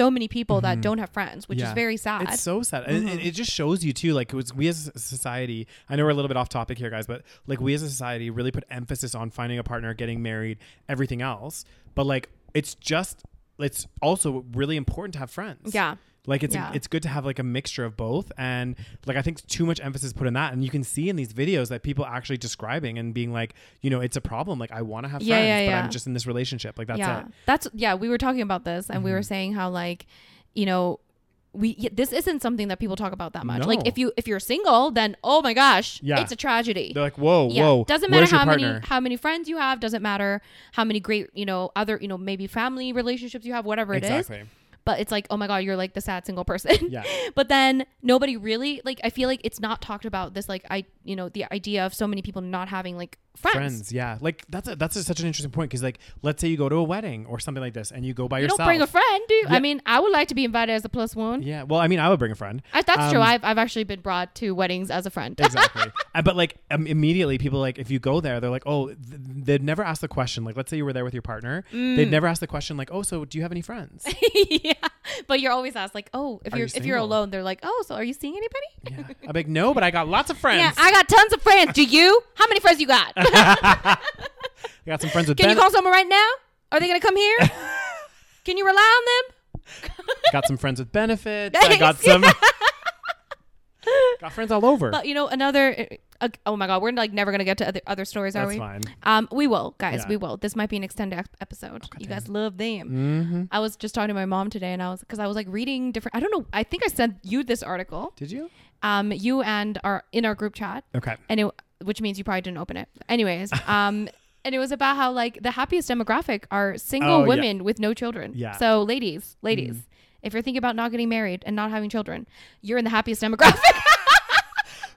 Speaker 1: so many people that don't have friends which
Speaker 2: Mm-hmm. Yeah.
Speaker 1: is very sad Mm-hmm.
Speaker 2: It's so sad. And, and it just shows you too, like it was, we as a society, I know we're a little bit off topic here guys, but like we as a society really put emphasis on finding a partner, getting married, everything else. But like, it's just, it's also really important to have friends.
Speaker 1: Yeah.
Speaker 2: Like it's,
Speaker 1: Yeah.
Speaker 2: it's good to have like a mixture of both. And like, I think too much emphasis put on that. And you can see in these videos that people actually describing and being like, you know, it's a problem. Like I want to have
Speaker 1: Yeah,
Speaker 2: friends,
Speaker 1: yeah,
Speaker 2: but
Speaker 1: yeah.
Speaker 2: I'm just in this relationship. Like that's
Speaker 1: yeah
Speaker 2: it. Mm-hmm.
Speaker 1: that's yeah we were talking about this and we were saying how like you know we y- this isn't something that people talk about that much like
Speaker 2: No.
Speaker 1: if you if you're single then oh my gosh
Speaker 2: Yeah.
Speaker 1: it's a tragedy
Speaker 2: They're like, whoa, whoa.
Speaker 1: doesn't matter
Speaker 2: where's your
Speaker 1: how many
Speaker 2: partner?
Speaker 1: how many friends you have doesn't matter how many great you know other you know maybe family relationships you have whatever it is
Speaker 2: Exactly.
Speaker 1: but it's like, oh my God, you're like the sad single person.
Speaker 2: Yeah.
Speaker 1: but then nobody really, like, I feel like it's not talked about this, like, I, you know, the idea of so many people not having like friends.
Speaker 2: friends. Yeah, like that's a, that's a, such an interesting point because like let's say you go to a wedding or something like this and you go by
Speaker 1: You
Speaker 2: yourself.
Speaker 1: don't bring a friend, do you?
Speaker 2: Yeah.
Speaker 1: I mean, I would like to be invited as a plus one.
Speaker 2: Yeah, well, I mean, I would bring a friend.
Speaker 1: I, that's
Speaker 2: Um,
Speaker 1: true. I've, I've actually been brought to weddings as a friend.
Speaker 2: exactly. Uh, but like um, immediately, people like if you go there, they're like, oh, th- they'd never ask the question. Like, let's say you were there with your partner,
Speaker 1: Mm.
Speaker 2: they'd never ask the question like, oh, so do you have any friends?
Speaker 1: yeah. But you're always asked, like, oh, if
Speaker 2: Are
Speaker 1: you're
Speaker 2: you
Speaker 1: if you're
Speaker 2: single?
Speaker 1: alone, they're like, oh, so are you seeing anybody?
Speaker 2: yeah. I'm like, no, but I got lots of friends.
Speaker 1: Yeah, I got tons of friends. Do you? How many friends you got?
Speaker 2: I got some friends with
Speaker 1: Can you
Speaker 2: ben-
Speaker 1: call someone right now? Are they gonna come here? Can you rely on them?
Speaker 2: got some friends with benefits. I
Speaker 1: Thanks.
Speaker 2: got some. got friends all over.
Speaker 1: but you know, another. Uh, oh my god, we're like never gonna get to other, other stories, are
Speaker 2: That's
Speaker 1: we?
Speaker 2: fine.
Speaker 1: Um, we will, guys.
Speaker 2: Yeah.
Speaker 1: We will. This might be an extended ep- episode. you guys love them.
Speaker 2: Mm-hmm.
Speaker 1: I was just talking to my mom today, and I was because I was like reading different. I don't know. I think I sent you this article.
Speaker 2: Did you?
Speaker 1: Um, you and our in our group chat.
Speaker 2: Okay.
Speaker 1: and it which means you probably didn't open it anyways um and it was about how like the happiest demographic are
Speaker 2: Oh,
Speaker 1: single
Speaker 2: yeah.
Speaker 1: women with no children
Speaker 2: Yeah. Mm.
Speaker 1: so ladies ladies if you're thinking about not getting married and not having children you're in the happiest demographic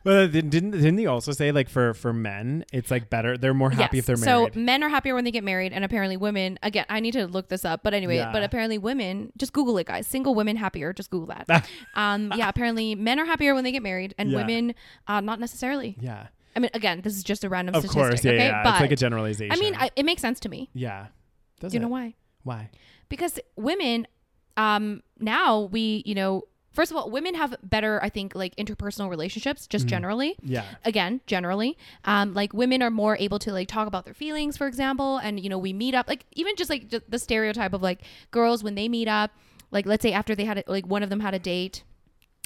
Speaker 2: Well, didn't didn't didn't they also say like for for men, it's like better. They're more happy if they're
Speaker 1: Yes. so
Speaker 2: married.
Speaker 1: men are happier when they get married and apparently women again i need to look this up but anyway
Speaker 2: Yeah.
Speaker 1: but apparently women just google it guys single women happier just google that um yeah apparently men are happier when they get married and
Speaker 2: Yeah.
Speaker 1: women uh, not necessarily
Speaker 2: yeah.
Speaker 1: i mean again this is just a random
Speaker 2: Of
Speaker 1: statistic
Speaker 2: course. Yeah.
Speaker 1: okay
Speaker 2: yeah.
Speaker 1: but
Speaker 2: It's like a generalization.
Speaker 1: i mean I, it makes sense to me
Speaker 2: yeah. Does
Speaker 1: do you know
Speaker 2: it?
Speaker 1: why
Speaker 2: Why?
Speaker 1: because women um now we you know first of all women have better i think like interpersonal relationships just generally
Speaker 2: Mm. Yeah.
Speaker 1: again generally um like women are more able to like talk about their feelings for example and you know we meet up like even just like ju- the stereotype of like girls when they meet up like let's say after they had a, like one of them had a date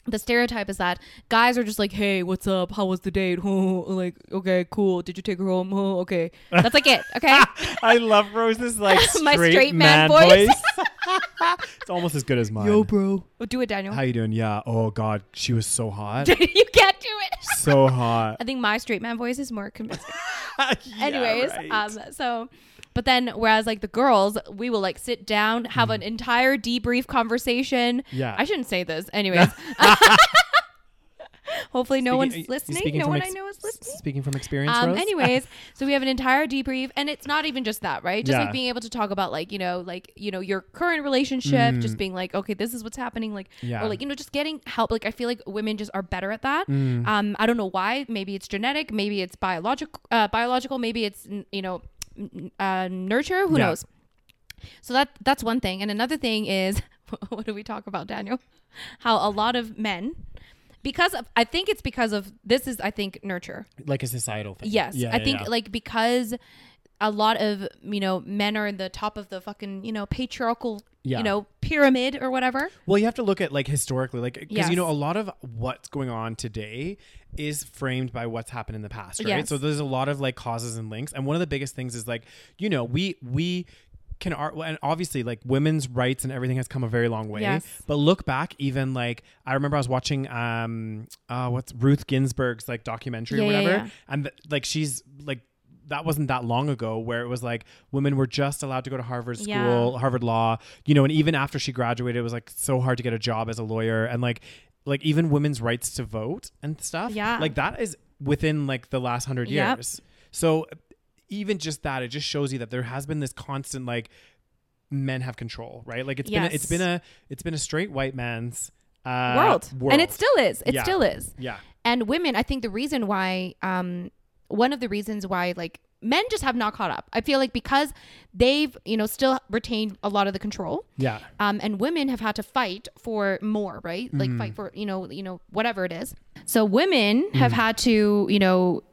Speaker 1: the stereotype is that guys are just like, "Hey, what's up? How was the date? like, okay, cool. Did you take her home? Oh, okay, that's like it. Okay,
Speaker 2: I love Rose's like
Speaker 1: My
Speaker 2: straight,
Speaker 1: straight
Speaker 2: man,
Speaker 1: man
Speaker 2: voice.
Speaker 1: voice.
Speaker 2: it's almost as good as mine.
Speaker 1: bro, Oh, do it, Daniel.
Speaker 2: How you doing? Yeah. Oh God, she was so hot.
Speaker 1: you can't do it.
Speaker 2: so hot.
Speaker 1: I think my straight man voice is more convincing.
Speaker 2: Yeah,
Speaker 1: Anyways,
Speaker 2: right.
Speaker 1: um, so but then whereas like the girls, we will like sit down, have an entire debrief
Speaker 2: Mm.
Speaker 1: conversation.
Speaker 2: Yeah.
Speaker 1: I shouldn't say this. Anyways. Hopefully no
Speaker 2: Speaking- are
Speaker 1: one's
Speaker 2: you
Speaker 1: listening.
Speaker 2: speaking
Speaker 1: No
Speaker 2: from
Speaker 1: one
Speaker 2: ex-
Speaker 1: I know is listening.
Speaker 2: Speaking from experience,
Speaker 1: Um,
Speaker 2: Rose.
Speaker 1: anyways, so we have an entire debrief, and it's not even just that, right? Just
Speaker 2: Yeah.
Speaker 1: like being able to talk about, like you know, like you know, your current relationship, just being like, okay, this is what's happening, like,
Speaker 2: Mm. Yeah.
Speaker 1: or like you know, just getting help. Like I feel like women just are better at that.
Speaker 2: Mm.
Speaker 1: Um, I don't know why. Maybe it's genetic. Maybe it's biological. Uh, biological. Maybe it's n- you know, n- uh, nurture. Who
Speaker 2: Yeah.
Speaker 1: knows? So that that's one thing, and another thing is, what do we talk about, Daniel? How a lot of men. Because of, I think it's because of this is I think nurture.
Speaker 2: like a societal thing.
Speaker 1: Yes,
Speaker 2: Yeah,
Speaker 1: I
Speaker 2: yeah,
Speaker 1: think
Speaker 2: yeah.
Speaker 1: like because a lot of you know men are in the top of the fucking you know patriarchal
Speaker 2: Yeah.
Speaker 1: you know pyramid or whatever.
Speaker 2: Well, you have to look at like historically, like because
Speaker 1: Yes.
Speaker 2: you know a lot of what's going on today is framed by what's happened in the past, right?
Speaker 1: Yes.
Speaker 2: So there's a lot of like causes and links, and one of the biggest things is like you know we we can ar- and obviously like women's rights and everything has come a very long way.
Speaker 1: Yes.
Speaker 2: But look back, even like I remember I was watching um uh what's Ruth Ginsburg's like documentary or
Speaker 1: Yeah, yeah,
Speaker 2: whatever,
Speaker 1: yeah.
Speaker 2: and th- like she's like. That wasn't that long ago, where it was like women were just allowed to go to Harvard school,
Speaker 1: Yeah.
Speaker 2: Harvard Law, you know, and even after she graduated, it was like so hard to get a job as a lawyer and like like even women's rights to vote and stuff.
Speaker 1: Yeah.
Speaker 2: Like that is within like the last hundred
Speaker 1: Yep.
Speaker 2: years. So even just that, it just shows you that there has been this constant like men have control, right? Like it's been a, it's
Speaker 1: Yes.
Speaker 2: been a it's been a straight white man's uh,
Speaker 1: world. and it
Speaker 2: world.
Speaker 1: still is. It
Speaker 2: Yeah.
Speaker 1: still is.
Speaker 2: yeah
Speaker 1: And women, I think the reason why, um, one of the reasons why like men just have not caught up. I feel like because they've you know still retained a lot of the control.
Speaker 2: yeah
Speaker 1: um, and women have had to fight for more, right? Like
Speaker 2: Mm.
Speaker 1: fight for you know you know whatever it is. So women have had to you know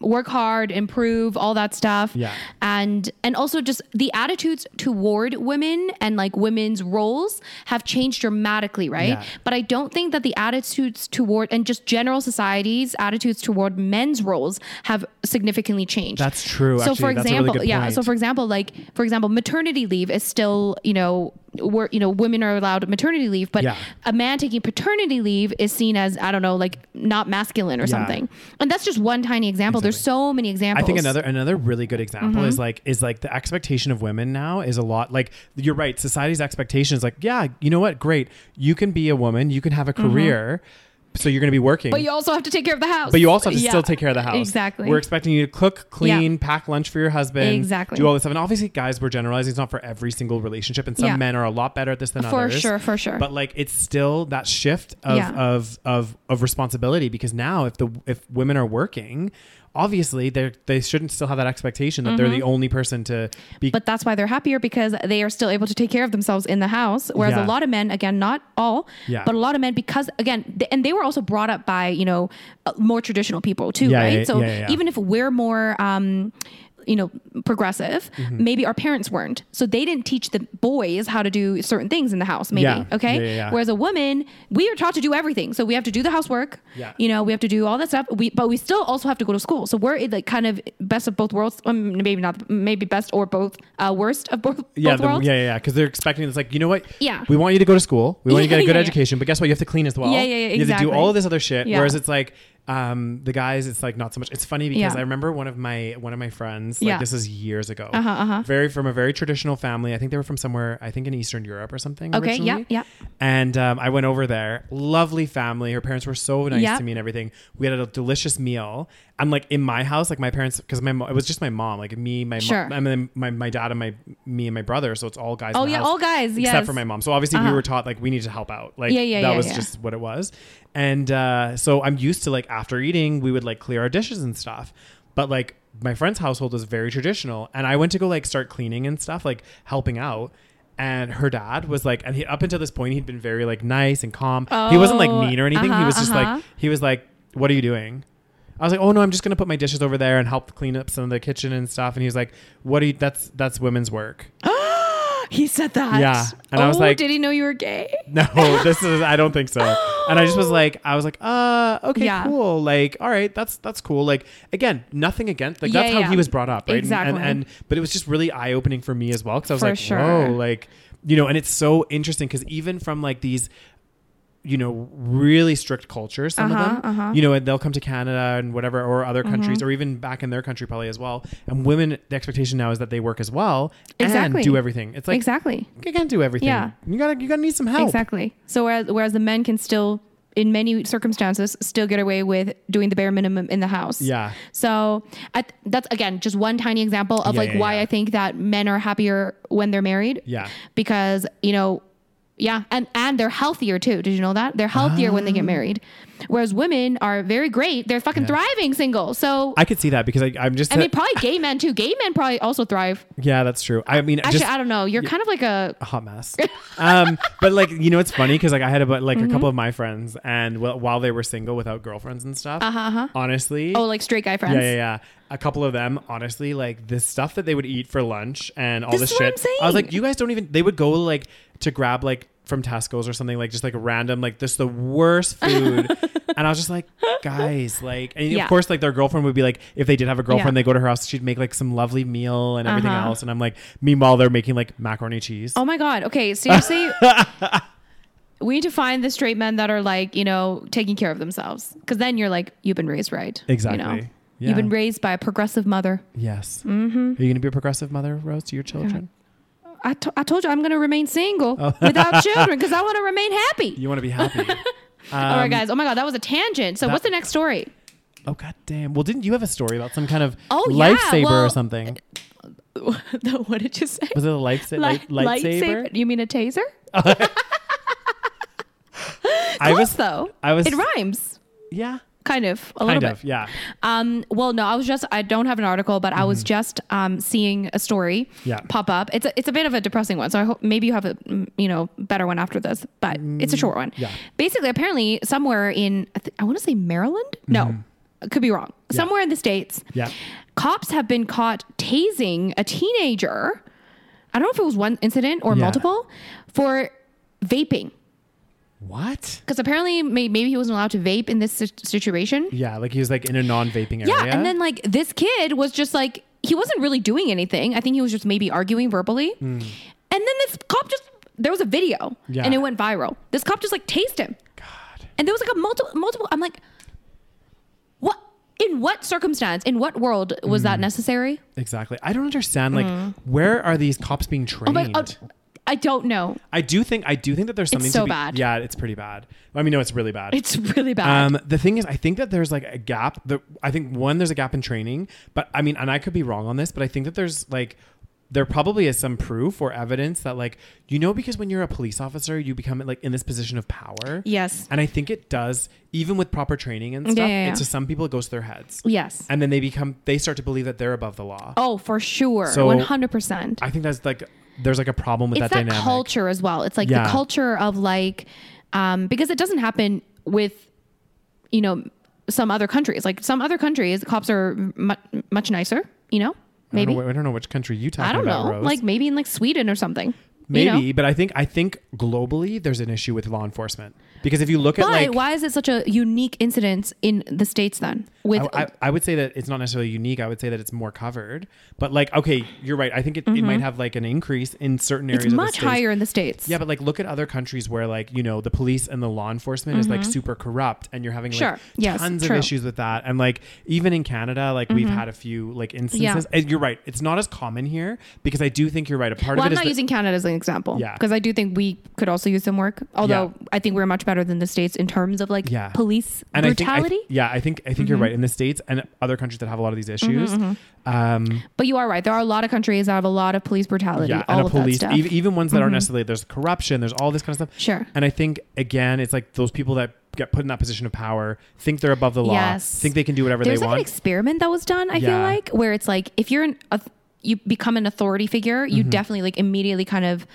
Speaker 1: work hard, improve all that stuff,
Speaker 2: Yeah.
Speaker 1: and and also just the attitudes toward women and like women's roles have changed dramatically, right?
Speaker 2: Yeah.
Speaker 1: But I don't think that the attitudes toward and just general society's attitudes toward men's roles have significantly changed.
Speaker 2: That's true,
Speaker 1: So
Speaker 2: actually.
Speaker 1: for
Speaker 2: That's a really
Speaker 1: example,
Speaker 2: good
Speaker 1: yeah.
Speaker 2: point.
Speaker 1: So for example, like for example, maternity leave is still you know were you know women are allowed maternity leave, but
Speaker 2: Yeah.
Speaker 1: a man taking paternity leave is seen as I don't know like not masculine or
Speaker 2: Yeah.
Speaker 1: something. And that's just one tiny example. There's so many examples.
Speaker 2: I think another another really good example is like is like the expectation of women now is a lot like you're right. Society's expectation is like, yeah, you know what? Great, you can be a woman, you can have a career, so you're going to be working.
Speaker 1: But you also have to take care of the house.
Speaker 2: But you also have to
Speaker 1: Yeah.
Speaker 2: still take care of the house.
Speaker 1: Exactly.
Speaker 2: We're expecting you to cook, clean, pack lunch for your husband.
Speaker 1: Exactly.
Speaker 2: Do all this stuff. And obviously, guys, we're generalizing. It's not for every single relationship. And some
Speaker 1: Yeah.
Speaker 2: men are a lot better at this than
Speaker 1: For
Speaker 2: others.
Speaker 1: sure, for sure.
Speaker 2: But like, it's still that shift of,
Speaker 1: Yeah.
Speaker 2: of, of, of responsibility because now if the, if women are working, obviously they they shouldn't still have that expectation that
Speaker 1: Mm-hmm.
Speaker 2: they're the only person to be.
Speaker 1: but that's why they're happier because they are still able to take care of themselves in the house. Whereas
Speaker 2: Yeah.
Speaker 1: a lot of men, again, not all,
Speaker 2: Yeah.
Speaker 1: but a lot of men, because again, th- and they were also brought up by you know uh, more traditional people too,
Speaker 2: Yeah,
Speaker 1: right?
Speaker 2: yeah,
Speaker 1: so
Speaker 2: yeah, yeah, yeah.
Speaker 1: even if we're more. Um, you know, progressive.
Speaker 2: Mm-hmm.
Speaker 1: Maybe our parents weren't, so they didn't teach the boys how to do certain things in the house. Maybe
Speaker 2: Yeah.
Speaker 1: okay.
Speaker 2: Yeah, yeah, yeah.
Speaker 1: Whereas a woman, we are taught to do everything, so we have to do the housework.
Speaker 2: Yeah.
Speaker 1: You know, we have to do all that stuff. We but we still also have to go to school. So we're in the kind of best of both worlds. Um, maybe not. Maybe best or both. Uh, worst of both.
Speaker 2: yeah,
Speaker 1: both
Speaker 2: the-
Speaker 1: worlds.
Speaker 2: yeah, yeah, yeah. Because they're expecting it's like, you know what?
Speaker 1: Yeah.
Speaker 2: We want you to go to school. We want you to
Speaker 1: Yeah,
Speaker 2: get a good
Speaker 1: yeah, yeah.
Speaker 2: education, but guess what? You have to clean as well.
Speaker 1: Yeah, yeah, yeah,
Speaker 2: You have to do
Speaker 1: exactly.
Speaker 2: all of this other shit.
Speaker 1: Yeah.
Speaker 2: Whereas it's like, um, the guys, it's like not so much. It's funny because
Speaker 1: Yeah.
Speaker 2: I remember one of my one of my friends. Like
Speaker 1: Yeah.
Speaker 2: this is years ago. Uh-huh, uh-huh. Very from a very traditional family. I think they were from somewhere. I think in Eastern Europe or something.
Speaker 1: Okay, yeah,
Speaker 2: originally.
Speaker 1: yeah.
Speaker 2: And um, I went over there. Lovely family. Her parents were so nice
Speaker 1: Yeah.
Speaker 2: to me and everything. We had a delicious meal. I'm like in my house, like my parents, because my mo- it was just my mom, like me, my
Speaker 1: Sure.
Speaker 2: mom, and then my, my dad and my me and my brother. So it's all guys.
Speaker 1: Oh,
Speaker 2: in the
Speaker 1: yeah,
Speaker 2: house,
Speaker 1: all guys,
Speaker 2: Except
Speaker 1: yes.
Speaker 2: for my mom. So obviously we
Speaker 1: Uh-huh.
Speaker 2: were taught like we need to help out. Like
Speaker 1: Yeah, yeah,
Speaker 2: that
Speaker 1: yeah,
Speaker 2: was
Speaker 1: yeah.
Speaker 2: just what it was. And uh, so I'm used to like after eating we would like clear our dishes and stuff. But like my friend's household is very traditional, and I went to go like start cleaning and stuff, like helping out. And her dad was like, and he, up until this point, he'd been very like nice and calm. he wasn't like
Speaker 1: Oh,
Speaker 2: mean or anything. he
Speaker 1: uh-huh,
Speaker 2: was just
Speaker 1: uh-huh.
Speaker 2: like, he was like, "What are you doing?" I was like, "Oh no, I'm just gonna put my dishes over there and help clean up some of the kitchen and stuff." And he was like, "What are you? That's that's women's work."
Speaker 1: He said that.
Speaker 2: Yeah, and
Speaker 1: oh,
Speaker 2: I was like-
Speaker 1: did he know you were gay?
Speaker 2: No, this is I don't think so. And I just was like, I was like, uh, okay,
Speaker 1: Yeah.
Speaker 2: cool. Like, all right, that's that's cool. Like, again, nothing against like
Speaker 1: Yeah,
Speaker 2: that's how
Speaker 1: yeah.
Speaker 2: he was brought up, right? And-
Speaker 1: Exactly.
Speaker 2: And, and but it was just really eye opening for me as well because I was
Speaker 1: For
Speaker 2: like,
Speaker 1: sure.
Speaker 2: whoa, like you know. And it's so interesting because even from like these. You know, really strict cultures. Some
Speaker 1: Uh-huh,
Speaker 2: of them,
Speaker 1: uh-huh. Mm-hmm.
Speaker 2: you know, and they'll come to Canada and whatever, or other countries, or even back in their country probably as well. And women, the expectation now is that they work as well
Speaker 1: Exactly.
Speaker 2: and do everything. It's like
Speaker 1: exactly.
Speaker 2: you can't do everything.
Speaker 1: Yeah.
Speaker 2: you gotta you gotta need some help.
Speaker 1: Exactly. So whereas, whereas the men can still, in many circumstances, still get away with doing the bare minimum in the house.
Speaker 2: Yeah.
Speaker 1: So I th- that's again just one tiny example of
Speaker 2: Yeah,
Speaker 1: like
Speaker 2: yeah,
Speaker 1: why
Speaker 2: yeah.
Speaker 1: I think that men are happier when they're married.
Speaker 2: Yeah.
Speaker 1: Because you know, yeah, and and they're healthier too. Did you know that they're healthier when they
Speaker 2: Ah.
Speaker 1: get married, whereas women are very great. They're fucking thriving single. So I,
Speaker 2: I could see that because I, I'm just.
Speaker 1: mean, probably gay men too. Gay men probably also thrive.
Speaker 2: yeah, that's true. I mean,
Speaker 1: Actually,
Speaker 2: just
Speaker 1: I don't know. You're kind of like a
Speaker 2: a hot mess. um, but like you know, it's funny because like I had a, bu- like a
Speaker 1: Mm-hmm.
Speaker 2: couple of my friends, and well, while they were single without girlfriends and stuff, uh-huh, honestly,
Speaker 1: oh like straight guy friends.
Speaker 2: yeah, yeah, yeah. A couple of them, honestly, like the stuff that they would eat for lunch and all
Speaker 1: This
Speaker 2: this,
Speaker 1: is what I'm
Speaker 2: shit. I was
Speaker 1: saying.
Speaker 2: like, you guys don't even. They would go like to grab like from Tesco's or something like just like random like this the worst food. and I was just like, guys, like, and
Speaker 1: Yeah.
Speaker 2: of course, like their girlfriend would be like, if they did have a girlfriend,
Speaker 1: Yeah.
Speaker 2: they go to her house, she'd make like some lovely meal and everything
Speaker 1: Uh-huh.
Speaker 2: else. And I'm like, meanwhile, they're making like macaroni cheese.
Speaker 1: Oh my god. Okay, seriously. we need to find the straight men that are like, you know, taking care of themselves. Cause then you're like, you've been raised right.
Speaker 2: Exactly.
Speaker 1: You know?
Speaker 2: Yeah.
Speaker 1: You've been raised by a progressive mother.
Speaker 2: Yes.
Speaker 1: Mm-hmm.
Speaker 2: Are you gonna be a progressive mother, Rose, to your children?
Speaker 1: I, to- I told you I'm going to remain single without children because I want to remain happy.
Speaker 2: Oh. You want to be happy.
Speaker 1: All right, guys. Oh my God, that was a tangent. So,
Speaker 2: that-
Speaker 1: what's the next story?
Speaker 2: Oh god damn. Well, didn't you have a story about some kind of
Speaker 1: Oh, yeah,
Speaker 2: lifesaver or
Speaker 1: well-
Speaker 2: something?
Speaker 1: what did you say?
Speaker 2: Was it a lifesa-
Speaker 1: Li-
Speaker 2: light, lightsaber?
Speaker 1: You mean a taser?
Speaker 2: I
Speaker 1: Close,
Speaker 2: was
Speaker 1: though.
Speaker 2: I was
Speaker 1: It rhymes,
Speaker 2: Yeah.
Speaker 1: kind of, a
Speaker 2: Kind
Speaker 1: little
Speaker 2: of,
Speaker 1: bit.
Speaker 2: yeah.
Speaker 1: Um, well, no, I was just I don't have an article, but I was just um, seeing a story
Speaker 2: Mm-hmm. Yeah.
Speaker 1: pop up. It's a, it's a bit of a depressing one, so I hope maybe you have a mm, you know better one after this, but it's a short one.
Speaker 2: Mm, yeah.
Speaker 1: Basically, apparently somewhere in I, th- I want to say Maryland. No, I could be wrong. Somewhere in the states.
Speaker 2: Mm-hmm. Yeah.
Speaker 1: Cops have been caught tasing a teenager. I don't know if it was one incident or
Speaker 2: Yeah.
Speaker 1: multiple for vaping.
Speaker 2: What?
Speaker 1: Because apparently, may- maybe he wasn't allowed to vape in this si- situation.
Speaker 2: Yeah, like he was like in a non-vaping
Speaker 1: Yeah,
Speaker 2: area.
Speaker 1: and then like this kid was just like
Speaker 2: Mm.
Speaker 1: he wasn't really doing anything. I think he was just maybe arguing verbally. And then this cop just there was a video
Speaker 2: Yeah.
Speaker 1: and it went viral. This cop just like tased him.
Speaker 2: God.
Speaker 1: And there was like a multiple, multiple. I'm like, what? In what circumstance? In what world was
Speaker 2: Mm.
Speaker 1: that necessary?
Speaker 2: Exactly. I don't understand. Like, where are these cops being
Speaker 1: Mm. Oh
Speaker 2: trained?
Speaker 1: my, oh, I don't know.
Speaker 2: I do think. I do think that there's something.
Speaker 1: so
Speaker 2: to be,
Speaker 1: bad.
Speaker 2: Yeah, it's pretty bad. I mean, no, it's really bad.
Speaker 1: It's really bad.
Speaker 2: Um, the thing is, I think that there's like a gap. That I think one, there's a gap in training, but I mean, and I could be wrong on this, but I think that there's like there probably is some proof or evidence that like you know because when you're a police officer you become like in this position of power
Speaker 1: Yes.
Speaker 2: and i think it does even with proper training and
Speaker 1: Yeah,
Speaker 2: stuff
Speaker 1: yeah, yeah.
Speaker 2: it's to some people it goes to their heads
Speaker 1: yes.
Speaker 2: and then they become they start to believe that they're above the law
Speaker 1: oh, for sure.
Speaker 2: So-
Speaker 1: 100%.
Speaker 2: i think that's like there's like a problem with
Speaker 1: it's
Speaker 2: that,
Speaker 1: that,
Speaker 2: dynamic
Speaker 1: culture as well. It's like
Speaker 2: Yeah.
Speaker 1: the culture of like, um, because it doesn't happen with, you know, some other countries. Like some other countries, cops are much, much nicer, you
Speaker 2: I
Speaker 1: know?
Speaker 2: don't,
Speaker 1: Maybe.
Speaker 2: know, wh- I don't know which country you talking
Speaker 1: I don't
Speaker 2: about,
Speaker 1: know.
Speaker 2: Rose.
Speaker 1: Like maybe in like Sweden or something. you know?
Speaker 2: maybe, but I think I think globally there's an issue with law enforcement because if you look at
Speaker 1: But
Speaker 2: like
Speaker 1: why is it such a unique incidence in the states then? With
Speaker 2: I, I, I would say that it's not necessarily unique. I would say that it's more covered. But like, okay, you're right. I think it, it might have like an increase in certain areas.
Speaker 1: Mm-hmm. it's
Speaker 2: of the
Speaker 1: much
Speaker 2: states.
Speaker 1: higher in the states.
Speaker 2: Yeah, but like, look at other countries where like you know the police and the law enforcement is like super corrupt, and you're having like
Speaker 1: Mm-hmm. Sure. Yes,
Speaker 2: tons
Speaker 1: true. Mm-hmm.
Speaker 2: of issues with that. And like even in Canada, like we've had a few like instances. And you're right. It's not as common here because I do think you're right. A part
Speaker 1: Well,
Speaker 2: of it
Speaker 1: I'm
Speaker 2: is
Speaker 1: not
Speaker 2: that-
Speaker 1: using Canada as an example
Speaker 2: Yeah.
Speaker 1: because I do think we could also use some work. Although I think we're much better than the states in terms of like
Speaker 2: Yeah.
Speaker 1: police
Speaker 2: and I think- I th-
Speaker 1: brutality. Mm-hmm.
Speaker 2: yeah, I think I think you're right. In the states and other countries that have a lot of these issues, um,
Speaker 1: but you are right. There are a lot of countries that have a lot of police brutality.
Speaker 2: yeah,
Speaker 1: all
Speaker 2: and a
Speaker 1: of
Speaker 2: police,
Speaker 1: that stuff. Mm-hmm.
Speaker 2: even, even ones that aren't necessarily there's corruption, there's all this kind of stuff.
Speaker 1: Sure.
Speaker 2: And I think again, it's like those people that get put in that position of power think they're above the law,
Speaker 1: Yes.
Speaker 2: think they can do whatever they
Speaker 1: There's like
Speaker 2: want.
Speaker 1: an experiment that was done. I feel
Speaker 2: Yeah.
Speaker 1: like where it's like if you're an a, you become an authority figure, you
Speaker 2: Mm-hmm.
Speaker 1: definitely like immediately kind of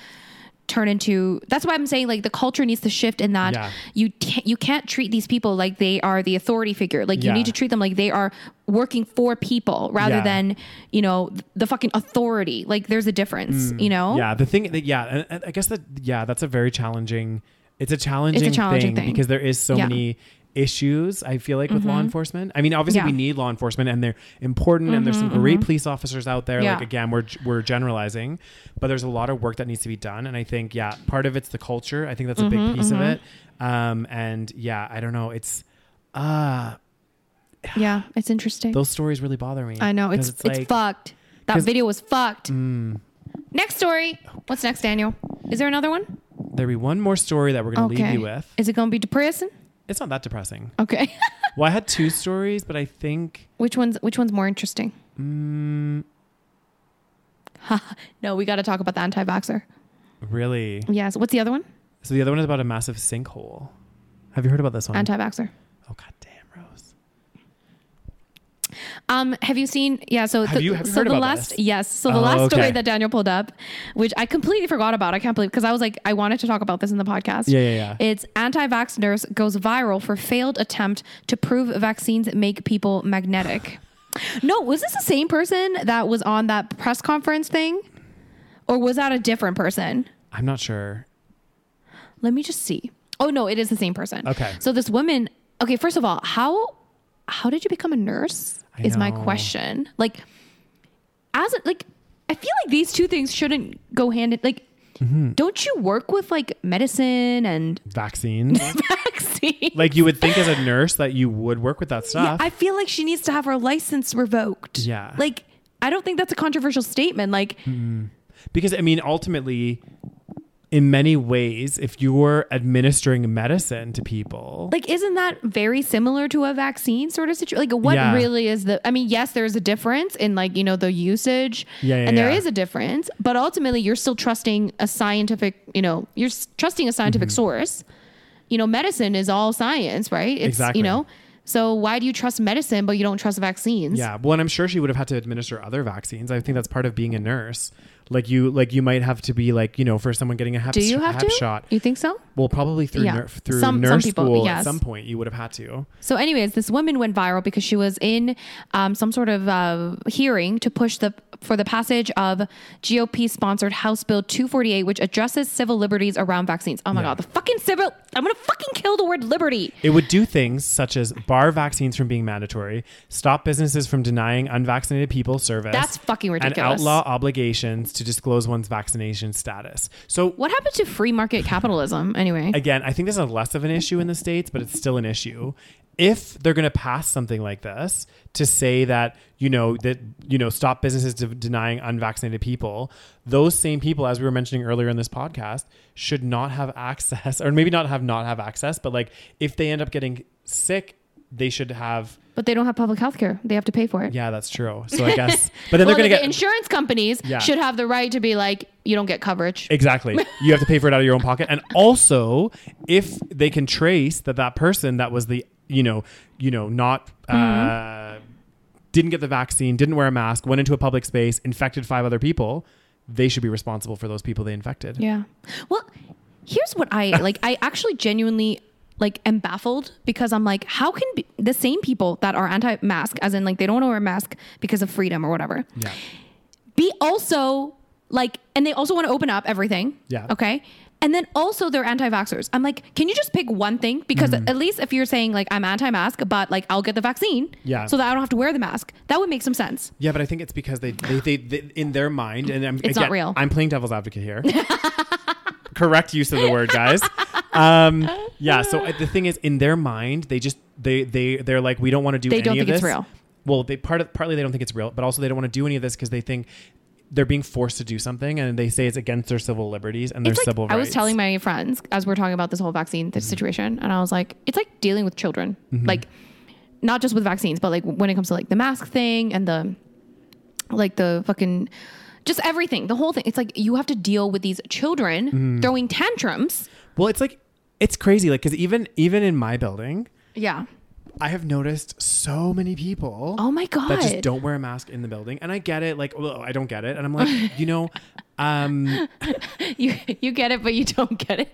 Speaker 1: turn into. That's why I'm saying like the culture needs to shift in that
Speaker 2: Yeah.
Speaker 1: you can't you can't treat these people like they are the authority figure. Like you
Speaker 2: Yeah.
Speaker 1: need to treat them like they are working for people rather
Speaker 2: Yeah.
Speaker 1: than you know th- the fucking authority. Like there's a difference. You know.
Speaker 2: Mm. yeah, the thing that yeah, and, and I guess that yeah, that's a very challenging. It's a challenging,
Speaker 1: challenging thing.
Speaker 2: because there is so
Speaker 1: Yeah. Mm-hmm.
Speaker 2: many issues. I feel like with law enforcement. I mean, obviously
Speaker 1: Yeah. Mm-hmm,
Speaker 2: we need law enforcement, and they're important, and there's some great police officers out there.
Speaker 1: Yeah.
Speaker 2: Like again, we're we're generalizing, but there's a lot of work that needs to be done, and I think yeah, part of it's the culture. I think that's a
Speaker 1: Mm-hmm,
Speaker 2: big piece of it. Um, and yeah, I don't know. It's uh
Speaker 1: Yeah, It's interesting.
Speaker 2: those stories really bother me.
Speaker 1: I know
Speaker 2: 'Cause
Speaker 1: it's it's, fucked. That
Speaker 2: 'cause- Mm.
Speaker 1: video was fucked. Next story. What's next, Daniel? Is there another one?
Speaker 2: There'll be one more story that we're gonna leave you with.
Speaker 1: Is it going to be depressing?
Speaker 2: It's not that depressing.
Speaker 1: Okay.
Speaker 2: Well, I had two stories, but I think.
Speaker 1: which one's which one's more interesting?
Speaker 2: Mm,
Speaker 1: No, we got to talk about the anti-vaxer.
Speaker 2: really?
Speaker 1: Yes. What's the other one?
Speaker 2: So the other one is about a massive sinkhole. Have you heard about this one?
Speaker 1: Anti-vaxer.
Speaker 2: oh god damn, Rose.
Speaker 1: Um, have you seen? Yeah. So
Speaker 2: Have
Speaker 1: the,
Speaker 2: you- have you
Speaker 1: so
Speaker 2: heard
Speaker 1: the
Speaker 2: about
Speaker 1: last
Speaker 2: this?
Speaker 1: yes. So the
Speaker 2: Oh,
Speaker 1: last story
Speaker 2: okay.
Speaker 1: that Daniel pulled up, which I completely forgot about. I can't believe because I was like I wanted to talk about this in the podcast.
Speaker 2: Yeah, yeah, yeah.
Speaker 1: It's anti-vax nurse goes viral for failed attempt to prove vaccines make people magnetic. no, was this the same person that was on that press conference thing, or was that a different person?
Speaker 2: I'm not sure.
Speaker 1: Let me just see. Oh no, it is the same person.
Speaker 2: Okay.
Speaker 1: So this woman. Okay, first of all, how how did you become a nurse?
Speaker 2: I
Speaker 1: is my
Speaker 2: know.
Speaker 1: question. Like, as a, like, I feel like these two things shouldn't go hand in. Like,
Speaker 2: Mm-hmm.
Speaker 1: don't you work with like medicine and
Speaker 2: Vaccines.
Speaker 1: vaccine?
Speaker 2: like you would think as a nurse that you would work with that
Speaker 1: yeah,
Speaker 2: stuff.
Speaker 1: I feel like she needs to have her license revoked.
Speaker 2: Yeah.
Speaker 1: Like, I don't think that's a controversial statement. Like,
Speaker 2: because I mean, ultimately, in many ways, if you're administering medicine to people,
Speaker 1: like isn't that very similar to a vaccine sort of situation like what
Speaker 2: Yeah.
Speaker 1: really is the i mean yes there's a difference in like you know the usage
Speaker 2: Yeah, yeah,
Speaker 1: and there is
Speaker 2: yeah.
Speaker 1: a difference but ultimately you're still trusting a scientific you know you're s- trusting a scientific
Speaker 2: Mm-hmm.
Speaker 1: source you know medicine is all science right it's
Speaker 2: Exactly.
Speaker 1: you know so why do you trust medicine but you don't trust vaccines
Speaker 2: Yeah, well, and I'm sure she would have had to administer other vaccines. I think that's part of being a nurse. Like you, like you might have to be like you know for someone getting a hep,
Speaker 1: do you
Speaker 2: sh-
Speaker 1: have
Speaker 2: hep
Speaker 1: to
Speaker 2: shot.
Speaker 1: you think so
Speaker 2: Well, probably through
Speaker 1: Yeah.
Speaker 2: nur- through
Speaker 1: Some- some
Speaker 2: nurse
Speaker 1: people,
Speaker 2: school
Speaker 1: yes.
Speaker 2: at some point you would have had to.
Speaker 1: So, anyways, this woman went viral because she was in um, some sort of uh, hearing to push the for the passage of GOP sponsored House Bill 248, which addresses civil liberties around vaccines. Oh my God, the fucking civil. I'm going to fucking kill the word liberty.
Speaker 2: It would do things such as bar vaccines from being mandatory, stop businesses from denying unvaccinated people service.
Speaker 1: That's fucking ridiculous.
Speaker 2: And outlaw obligations to disclose one's vaccination status. So
Speaker 1: What happened to free market capitalism anyway?
Speaker 2: again, I think this is less of an issue in the states, but it's still an issue. If they're going to pass something like this to say that you know that you know stop businesses de- denying unvaccinated people, those same people, as we were mentioning earlier in this podcast, should not have access, or maybe not have not have access, but like if they end up getting sick, they should have.
Speaker 1: but they don't have public health care. They have to pay for it.
Speaker 2: Yeah, that's true. So I guess, but then
Speaker 1: well,
Speaker 2: they're going
Speaker 1: the
Speaker 2: to get
Speaker 1: insurance companies
Speaker 2: Yeah.
Speaker 1: should have the right to be like, you don't get coverage.
Speaker 2: Exactly. You have to pay for it out of your own pocket. And also, if they can trace that that person that was the, you know, you know, not uh, didn't get the vaccine, didn't wear a mask, went into a public space, infected five other people, they should be responsible for those people they infected.
Speaker 1: Yeah. Well, here's what I like. I actually genuinely like am baffled because I'm like, how can be, the same people that are anti-mask, as in like they don't want to wear a mask because of freedom or whatever,
Speaker 2: Yeah.
Speaker 1: be also like, and they also want to open up everything.
Speaker 2: Yeah.
Speaker 1: Okay. And then also they're anti-vaxxers. I'm like, can you just pick one thing? Because
Speaker 2: Mm-hmm.
Speaker 1: at least if you're saying like I'm anti-mask, but like I'll get the vaccine,
Speaker 2: Yeah.
Speaker 1: so that I don't have to wear the mask, that would make some sense.
Speaker 2: Yeah, but I think it's because they, they, they, they in their mind, and I'm,
Speaker 1: It's not real.
Speaker 2: I'm playing devil's advocate here. Correct use of the word, guys. Um, yeah. So uh, the thing is, in their mind, they just they they they're like, we don't want to do.
Speaker 1: They
Speaker 2: any
Speaker 1: don't
Speaker 2: of
Speaker 1: think it's
Speaker 2: this.
Speaker 1: real.
Speaker 2: Well, they part of, partly they don't think it's real, but also they don't want to do any of this because they think they're being forced to do something, and they say it's against their civil liberties and their
Speaker 1: It's like-
Speaker 2: civil rights. Mm-hmm.
Speaker 1: I was telling my friends as we're talking about this whole vaccine th- situation, and I was like, it's like dealing with children, like not just with vaccines, but like when it comes to like the mask thing and the like the fucking just everything, the whole thing. It's like you have to deal with these children
Speaker 2: Mm-hmm.
Speaker 1: throwing tantrums.
Speaker 2: Well, it's like it's crazy, like because even even in my building,
Speaker 1: Yeah.
Speaker 2: I have noticed so many people.
Speaker 1: Oh my god.
Speaker 2: that just don't wear a mask in the building. And I get it, like, well, I don't get it. And I'm like, you know, um,
Speaker 1: you you get it, but you don't get it.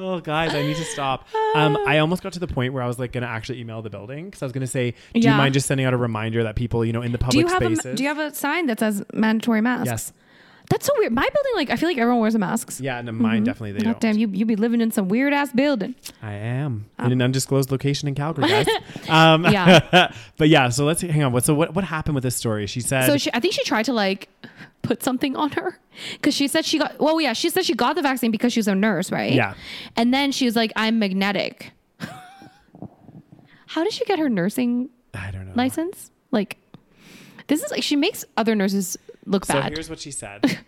Speaker 2: oh guys, I need to stop. Um, I almost got to the point where I was like gonna actually email the building because I was gonna say, do
Speaker 1: Yeah.
Speaker 2: you mind just sending out a reminder that people, you know, in the public
Speaker 1: Do you have
Speaker 2: spaces?
Speaker 1: a do you have a sign that says mandatory mask?
Speaker 2: yes,
Speaker 1: That's so weird. My building, like I feel like everyone wears masks.
Speaker 2: yeah, no,
Speaker 1: Mm-hmm.
Speaker 2: mine definitely they
Speaker 1: God
Speaker 2: don't.
Speaker 1: damn, you you be living in some weird ass building.
Speaker 2: I am in an undisclosed location in Calgary, guys. um,
Speaker 1: Um, Yeah.
Speaker 2: but yeah, so let's hang on. What so what what happened with this story? She said,
Speaker 1: So she, I think she tried to like put something on her because she said she got. Well, yeah, she said she got the vaccine because she was a nurse, right?
Speaker 2: Yeah.
Speaker 1: And then she was like, "I'm magnetic." How did she get her nursing
Speaker 2: I don't know.
Speaker 1: license? Like, this is like she makes other nurses look
Speaker 2: so
Speaker 1: bad.
Speaker 2: here's what she said.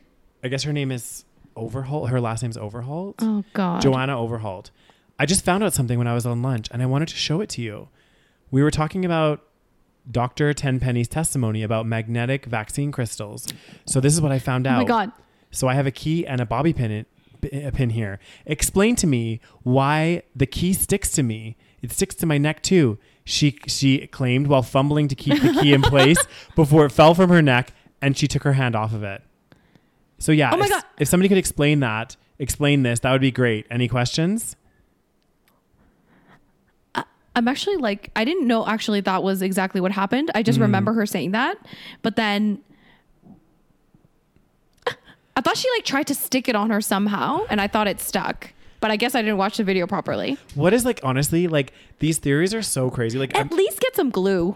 Speaker 2: I guess her name is Overholt. Her last name's Overholt.
Speaker 1: Oh God.
Speaker 2: Joanna Overhauled. I just found out something when I was on lunch and I wanted to show it to you. We were talking about Dr. Tenpenny's testimony about magnetic vaccine crystals. So this is what I found
Speaker 1: oh
Speaker 2: out.
Speaker 1: my God.
Speaker 2: So I have a key and a bobby pin it, p- a pin here. Explain to me why the key sticks to me. It sticks to my neck too. She she claimed while fumbling to keep the key in place before it fell from her neck and she took her hand off of it. So yeah,
Speaker 1: Oh my
Speaker 2: if,
Speaker 1: God.
Speaker 2: if somebody could explain that, explain this, that would be great. Any questions?
Speaker 1: I'm actually like I didn't know actually that was exactly what happened. I
Speaker 2: Hmm.
Speaker 1: just remember her saying that, but then I thought she like tried to stick it on her somehow, and I thought it stuck. But I guess I didn't watch the video properly.
Speaker 2: What is like honestly, like these theories are so crazy. Like
Speaker 1: At
Speaker 2: I'm, Mm-hmm.
Speaker 1: least get some glue.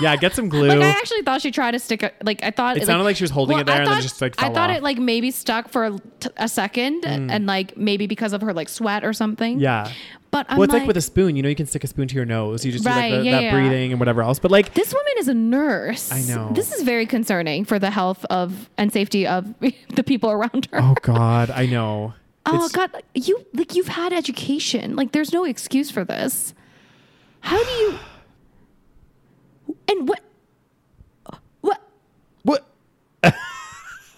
Speaker 2: yeah, get some glue.
Speaker 1: Like I actually thought she tried to stick it. Like I thought
Speaker 2: It sounded like she was holding it there
Speaker 1: I
Speaker 2: and then just, like,
Speaker 1: I
Speaker 2: fell
Speaker 1: thought
Speaker 2: off. Hmm.
Speaker 1: it like maybe stuck for a, t- a second, and, and, like maybe because of her like sweat or something.
Speaker 2: yeah.
Speaker 1: But I'm
Speaker 2: well, it's like,
Speaker 1: like
Speaker 2: with a spoon. You know, you can stick a spoon to your nose. You just
Speaker 1: Right,
Speaker 2: do like the,
Speaker 1: yeah,
Speaker 2: that
Speaker 1: yeah.
Speaker 2: breathing and whatever else. But like,
Speaker 1: This woman is a nurse.
Speaker 2: I know.
Speaker 1: This is very concerning for the health of and safety of the people around her.
Speaker 2: Oh God, I know.
Speaker 1: Oh,
Speaker 2: It's-
Speaker 1: God, you like you've had education. Like there's no excuse for this. How do you And what what
Speaker 2: What?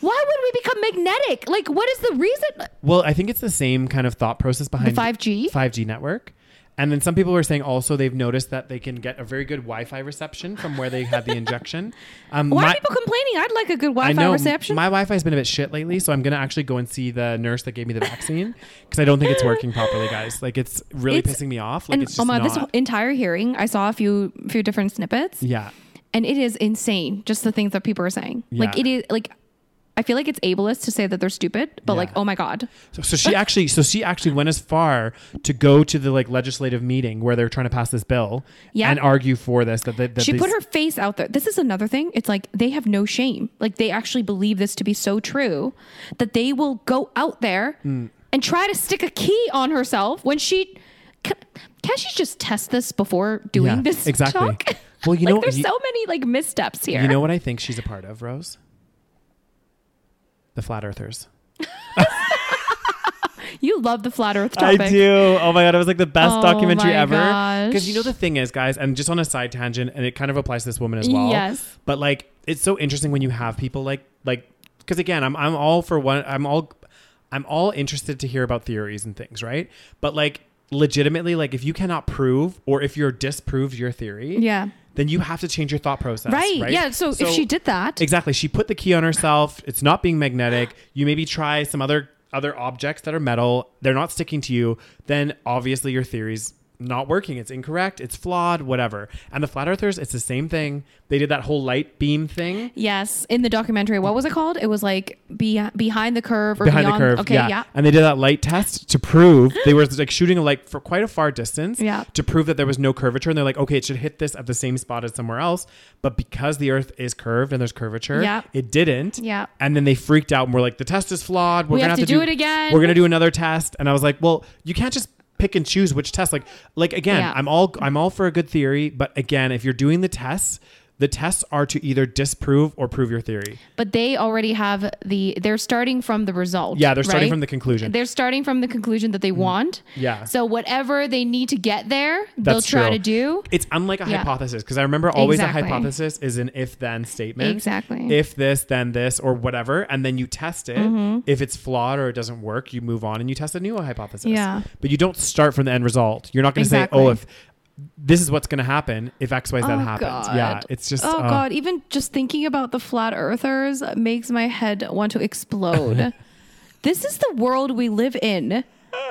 Speaker 1: why would we become magnetic? Like what is the reason?
Speaker 2: Well, I think it's the same kind of thought process behind
Speaker 1: 5G?
Speaker 2: five G network. And then some people were saying also they've noticed that they can get a very good Wi-Fi reception from where they had the injection. Um,
Speaker 1: Why
Speaker 2: my-
Speaker 1: are people complaining? I'd like a good
Speaker 2: I
Speaker 1: Wi-Fi
Speaker 2: know
Speaker 1: reception.
Speaker 2: my Wi-Fi's been a bit shit lately, so I'm gonna actually go and see the nurse that gave me the vaccine because I don't think it's working properly, guys. Like it's really
Speaker 1: It's-
Speaker 2: pissing me off. Like
Speaker 1: and
Speaker 2: it's
Speaker 1: oh
Speaker 2: just
Speaker 1: my,
Speaker 2: not.
Speaker 1: this whole entire hearing, I saw a few few different snippets.
Speaker 2: yeah.
Speaker 1: and it is insane just the things that people are saying like
Speaker 2: Yeah.
Speaker 1: it is like i feel like it's ableist to say that they're stupid but like
Speaker 2: Yeah.
Speaker 1: oh my god
Speaker 2: So, so she actually, so she actually went as far to go to the like legislative meeting where they're trying to pass this bill,
Speaker 1: Yeah.
Speaker 2: and argue for this. That, they, that
Speaker 1: she
Speaker 2: these-
Speaker 1: put her face out there this is another thing it's like they have no shame like they actually believe this to be so true that they will go out there
Speaker 2: Hmm.
Speaker 1: and try to stick a key on herself when she can, can she just test this before doing
Speaker 2: Yeah,
Speaker 1: this
Speaker 2: exactly.
Speaker 1: talk?
Speaker 2: Well, you
Speaker 1: Like,
Speaker 2: know-
Speaker 1: there's
Speaker 2: you-
Speaker 1: so many like missteps here
Speaker 2: You know what I think she's a part of, Rose? The flat earthers.
Speaker 1: you love the flat earth topic
Speaker 2: I do. Oh my god, it was like the best
Speaker 1: Oh
Speaker 2: documentary
Speaker 1: my
Speaker 2: ever.
Speaker 1: gosh.
Speaker 2: Because you know the thing is, guys, and just on a side tangent, and it kind of applies to this woman as well.
Speaker 1: Yes.
Speaker 2: But like, it's so interesting when you have people like like because again, I'm I'm all for one. I'm all I'm all interested to hear about theories and things, right? But like legitimately like if you cannot prove or if you're disproved your theory
Speaker 1: Yeah.
Speaker 2: then you have to change your thought process
Speaker 1: right.
Speaker 2: right,
Speaker 1: yeah so, if she did that
Speaker 2: Exactly. She put the key on herself. It's not being magnetic. You maybe try some other other objects that are metal. They're not sticking to you. Then obviously your theory's not working. It's incorrect. It's flawed. Whatever. And the flat earthers, it's the same thing. They did that whole light beam thing.
Speaker 1: Yes, in the documentary, what was it called? It was like be, behind the curve or
Speaker 2: Behind
Speaker 1: beyond.
Speaker 2: the curve,
Speaker 1: Okay,
Speaker 2: yeah.
Speaker 1: yeah.
Speaker 2: and they did that light test to prove they were like shooting a light for quite a far distance,
Speaker 1: Yeah.
Speaker 2: to prove that there was no curvature. And they're like, okay, it should hit this at the same spot as somewhere else, but because the Earth is curved and there's curvature,
Speaker 1: Yeah.
Speaker 2: it didn't.
Speaker 1: Yeah.
Speaker 2: And then they freaked out and were like, the test is flawed. We're
Speaker 1: We
Speaker 2: gonna
Speaker 1: have
Speaker 2: have,
Speaker 1: to do
Speaker 2: do
Speaker 1: it again."
Speaker 2: We're gonna do another test. And I was like, well, you can't just pick and choose which test. Like, like again,
Speaker 1: Yeah.
Speaker 2: I'm all I'm all for a good theory, but again, if you're doing the tests, the tests are to either disprove or prove your theory.
Speaker 1: But they already have the. They're starting from the result.
Speaker 2: Yeah, they're starting
Speaker 1: right?
Speaker 2: from the conclusion. Mm-hmm.
Speaker 1: They're starting from the conclusion that they want.
Speaker 2: Yeah.
Speaker 1: So whatever they need to get there, they'll
Speaker 2: That's
Speaker 1: try
Speaker 2: true.
Speaker 1: to do.
Speaker 2: It's unlike a
Speaker 1: Yeah.
Speaker 2: hypothesis because I remember always
Speaker 1: Exactly.
Speaker 2: a hypothesis is an if then statement.
Speaker 1: Exactly.
Speaker 2: If this, then this, or whatever. And then you test it.
Speaker 1: Mm-hmm.
Speaker 2: If it's flawed or it doesn't work, you move on and you test a new hypothesis.
Speaker 1: Yeah.
Speaker 2: But you don't start from the end result. You're not going to
Speaker 1: Exactly.
Speaker 2: say, oh, if this is what's going to happen if X, Y, Z
Speaker 1: Oh,
Speaker 2: happens.
Speaker 1: God.
Speaker 2: Yeah. It's just,
Speaker 1: oh
Speaker 2: uh,
Speaker 1: god, even just thinking about the flat earthers makes my head want to explode. this is the world we live in.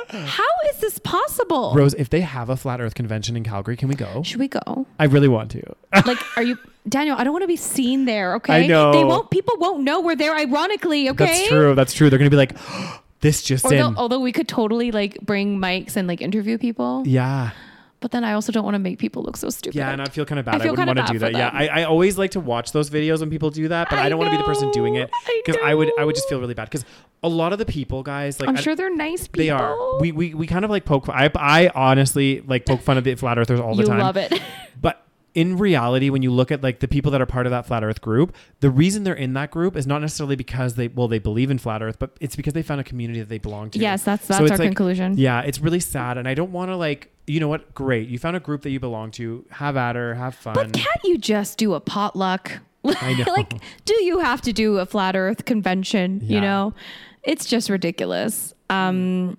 Speaker 1: How is this possible?
Speaker 2: Rose, if they have a flat earth convention in Calgary, can we go?
Speaker 1: Should we go?
Speaker 2: I really want to.
Speaker 1: Like, are you Daniel? I don't want to be seen there. Okay,
Speaker 2: I know.
Speaker 1: they won't. People won't know we're there. Ironically, okay.
Speaker 2: That's true. That's true. They're going to be like, this just
Speaker 1: Or they'll-
Speaker 2: in.
Speaker 1: although we could totally like bring mics and like interview people,
Speaker 2: yeah.
Speaker 1: but then I also don't want to make people look so stupid.
Speaker 2: Yeah, and I feel kind of bad. I,
Speaker 1: feel
Speaker 2: wouldn't
Speaker 1: kinda
Speaker 2: want to do
Speaker 1: bad
Speaker 2: that.
Speaker 1: for
Speaker 2: Yeah,
Speaker 1: them.
Speaker 2: I, I always like to watch those videos when people do that, but I,
Speaker 1: I
Speaker 2: don't want to be the person doing
Speaker 1: know,
Speaker 2: it
Speaker 1: I
Speaker 2: because I, would I would just
Speaker 1: know.
Speaker 2: feel really bad because a lot of the people, guys, like
Speaker 1: I'm
Speaker 2: I-
Speaker 1: sure they're nice people.
Speaker 2: they are. We, we we kind of like poke. I I honestly like poke fun of the flat earthers all the
Speaker 1: you
Speaker 2: time.
Speaker 1: love it.
Speaker 2: But in reality, when you look at like the people that are part of that flat Earth group, the reason they're in that group is not necessarily because they well they believe in flat Earth, but it's because they found a community that they belong to.
Speaker 1: Yes, that's- that's
Speaker 2: it's
Speaker 1: our
Speaker 2: like-
Speaker 1: conclusion.
Speaker 2: Yeah, it's really sad, and I don't want to like you know what? Great, you found a group that you belong to. Have at her, have fun.
Speaker 1: But can't you just do a potluck?
Speaker 2: know.
Speaker 1: like, do you have to do a flat Earth convention? You
Speaker 2: Yeah.
Speaker 1: know, it's just ridiculous. Um,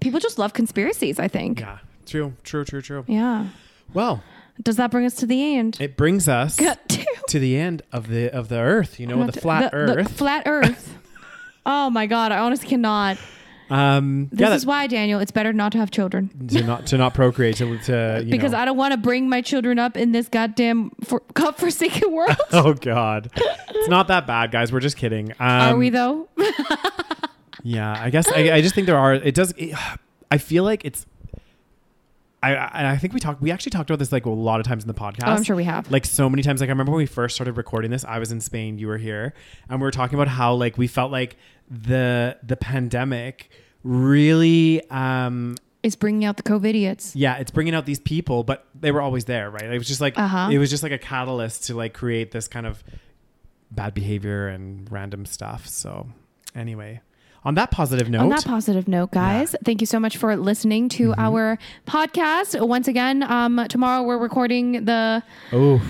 Speaker 1: people just love conspiracies. I think.
Speaker 2: yeah, true, true, true, true.
Speaker 1: yeah.
Speaker 2: Well,
Speaker 1: Does that bring us to the end?
Speaker 2: it brings us
Speaker 1: Got to-
Speaker 2: to the end of the of the Earth. You know, the
Speaker 1: Not-
Speaker 2: flat
Speaker 1: The
Speaker 2: Earth.
Speaker 1: flat Earth. oh my God! I honestly cannot.
Speaker 2: um,
Speaker 1: This
Speaker 2: yeah,
Speaker 1: is
Speaker 2: that,
Speaker 1: why Daniel. It's better not to have children
Speaker 2: to not to not procreate to, to you
Speaker 1: because
Speaker 2: know.
Speaker 1: I don't want to bring my children up in this goddamn for, godforsaken world.
Speaker 2: Oh God, it's not that bad, guys. We're just kidding. Um,
Speaker 1: Are we though?
Speaker 2: Yeah, I guess I, I just think there are. It does. It, I feel like it's. I I and I think we talked. We actually talked about this like a lot of times in the podcast.
Speaker 1: Oh, I'm sure we have.
Speaker 2: Like so many times. Like I remember when we first started recording this, I was in Spain, you were here, and we were talking about how like we felt like the the pandemic really um
Speaker 1: It's bringing out the COVID idiots.
Speaker 2: yeah it's bringing out these people but they were always there right it was just like
Speaker 1: Uh-huh.
Speaker 2: it was just like a catalyst to like create this kind of bad behavior and random stuff so anyway on that positive note Mm-hmm.
Speaker 1: On that positive note, guys, thank you so much for listening to our podcast. Once again, um, tomorrow we're recording the,
Speaker 2: Oh.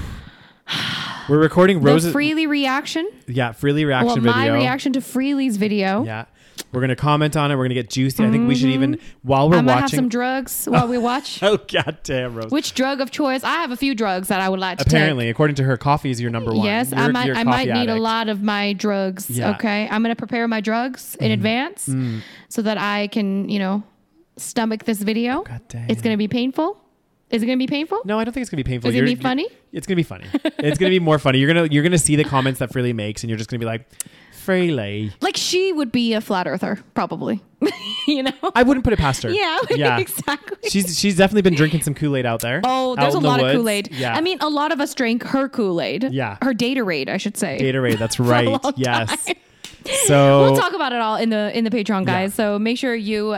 Speaker 2: We're recording
Speaker 1: the
Speaker 2: Rose's
Speaker 1: Freely reaction.
Speaker 2: yeah, freely
Speaker 1: Well,
Speaker 2: reaction
Speaker 1: my
Speaker 2: video.
Speaker 1: reaction to Freely's video.
Speaker 2: Yeah. We're going to comment on it. We're going to get juicy. I think we should even while we're
Speaker 1: I might Mm-hmm. have some
Speaker 2: watching
Speaker 1: drugs while we watch.
Speaker 2: Oh god damn, Rose.
Speaker 1: Which drug of choice? I have a few drugs that I would like to
Speaker 2: Apparently, according to her, coffee is your number
Speaker 1: take.
Speaker 2: one.
Speaker 1: Yes, I
Speaker 2: You're-
Speaker 1: might.
Speaker 2: you're
Speaker 1: I might
Speaker 2: coffee
Speaker 1: need a
Speaker 2: addict.
Speaker 1: lot of my drugs.
Speaker 2: Yeah. Mm.
Speaker 1: Okay, I'm gonna prepare my drugs in advance so that I can, you know, stomach this video.
Speaker 2: Oh, God damn.
Speaker 1: It's gonna be painful. Is it going to be painful?
Speaker 2: No, I don't think it's gonna be painful.
Speaker 1: Is it gonna
Speaker 2: You're-
Speaker 1: be funny?
Speaker 2: It's gonna be funny. it's gonna be more funny. You're gonna you're gonna see the comments that Freely makes, and you're just gonna be like, Freely.
Speaker 1: Like she would be a flat earther, probably. you know?
Speaker 2: I wouldn't put it past her.
Speaker 1: yeah,
Speaker 2: yeah.
Speaker 1: exactly.
Speaker 2: She's she's definitely been drinking some Kool Aid out there.
Speaker 1: Oh,
Speaker 2: Out
Speaker 1: there's a
Speaker 2: in the
Speaker 1: lot of
Speaker 2: woods.
Speaker 1: Kool Aid.
Speaker 2: Yeah.
Speaker 1: I mean, a lot of us drank her Kool Aid.
Speaker 2: Yeah.
Speaker 1: Her Datorade, I should say.
Speaker 2: Gatorade. That's
Speaker 1: a
Speaker 2: right.
Speaker 1: long
Speaker 2: Yes.
Speaker 1: time.
Speaker 2: So
Speaker 1: We'll talk about it all in the in the Patreon, guys.
Speaker 2: Oh. Yeah.
Speaker 1: So make sure you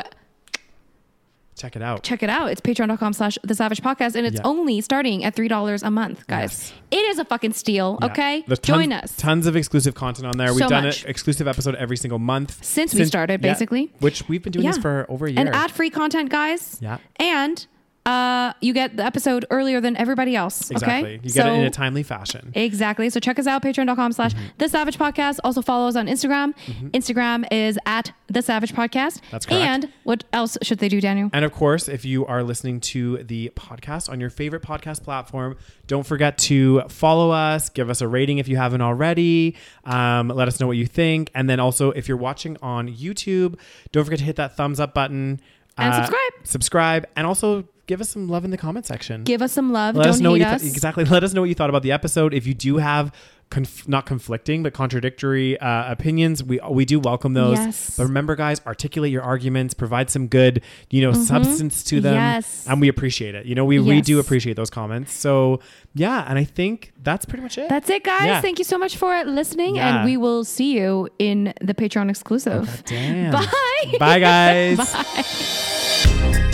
Speaker 2: check it out.
Speaker 1: check it out. It's patreon.com slash the savage podcast, and it's
Speaker 2: Yeah.
Speaker 1: only starting at three dollars a month, guys. It is a fucking steal.
Speaker 2: Yeah.
Speaker 1: Okay.
Speaker 2: There's tons-
Speaker 1: Join us.
Speaker 2: Tons of exclusive content on there. We've
Speaker 1: So
Speaker 2: done
Speaker 1: much.
Speaker 2: an exclusive episode every single month
Speaker 1: Since we started,
Speaker 2: yeah,
Speaker 1: basically.
Speaker 2: which we've been doing this
Speaker 1: Yeah.
Speaker 2: for over a year.
Speaker 1: and ad free content, guys.
Speaker 2: Yeah.
Speaker 1: And uh you get the episode earlier than everybody else.
Speaker 2: exactly.
Speaker 1: Okay.
Speaker 2: You get it in a Mm-hmm. timely fashion.
Speaker 1: Exactly. So check us out, patreon.com slash the Savage Podcast. Also follow us on Instagram. Instagram is at the Savage Podcast.
Speaker 2: Mm-hmm. That's correct.
Speaker 1: And what else should they do, Daniel?
Speaker 2: And of course, if you are listening to the podcast on your favorite podcast platform, don't forget to follow us, give us a rating if you haven't already, um, let us know what you think. And then also, if you're watching on YouTube, don't forget to hit that thumbs up button Uh,
Speaker 1: And subscribe.
Speaker 2: Subscribe. And also, give us some love in the comment section.
Speaker 1: Give us some love.
Speaker 2: let
Speaker 1: Don't
Speaker 2: us know what
Speaker 1: hate
Speaker 2: you
Speaker 1: us.
Speaker 2: thought exactly. Let us know what you thought about the episode. If you do have conf- not conflicting but contradictory uh, opinions, we we do welcome those.
Speaker 1: Yes.
Speaker 2: But remember, guys, articulate your arguments, provide some good you know substance to them,
Speaker 1: Mm-hmm. Yes.
Speaker 2: and we appreciate it. You know, we we
Speaker 1: Yes.
Speaker 2: do appreciate those comments. So yeah, and I think that's pretty much it.
Speaker 1: That's it, guys.
Speaker 2: Yeah.
Speaker 1: Thank you so much for listening,
Speaker 2: Yeah.
Speaker 1: and we will see you in the Patreon exclusive.
Speaker 2: damn.
Speaker 1: Bye.
Speaker 2: Bye, guys.
Speaker 1: Bye.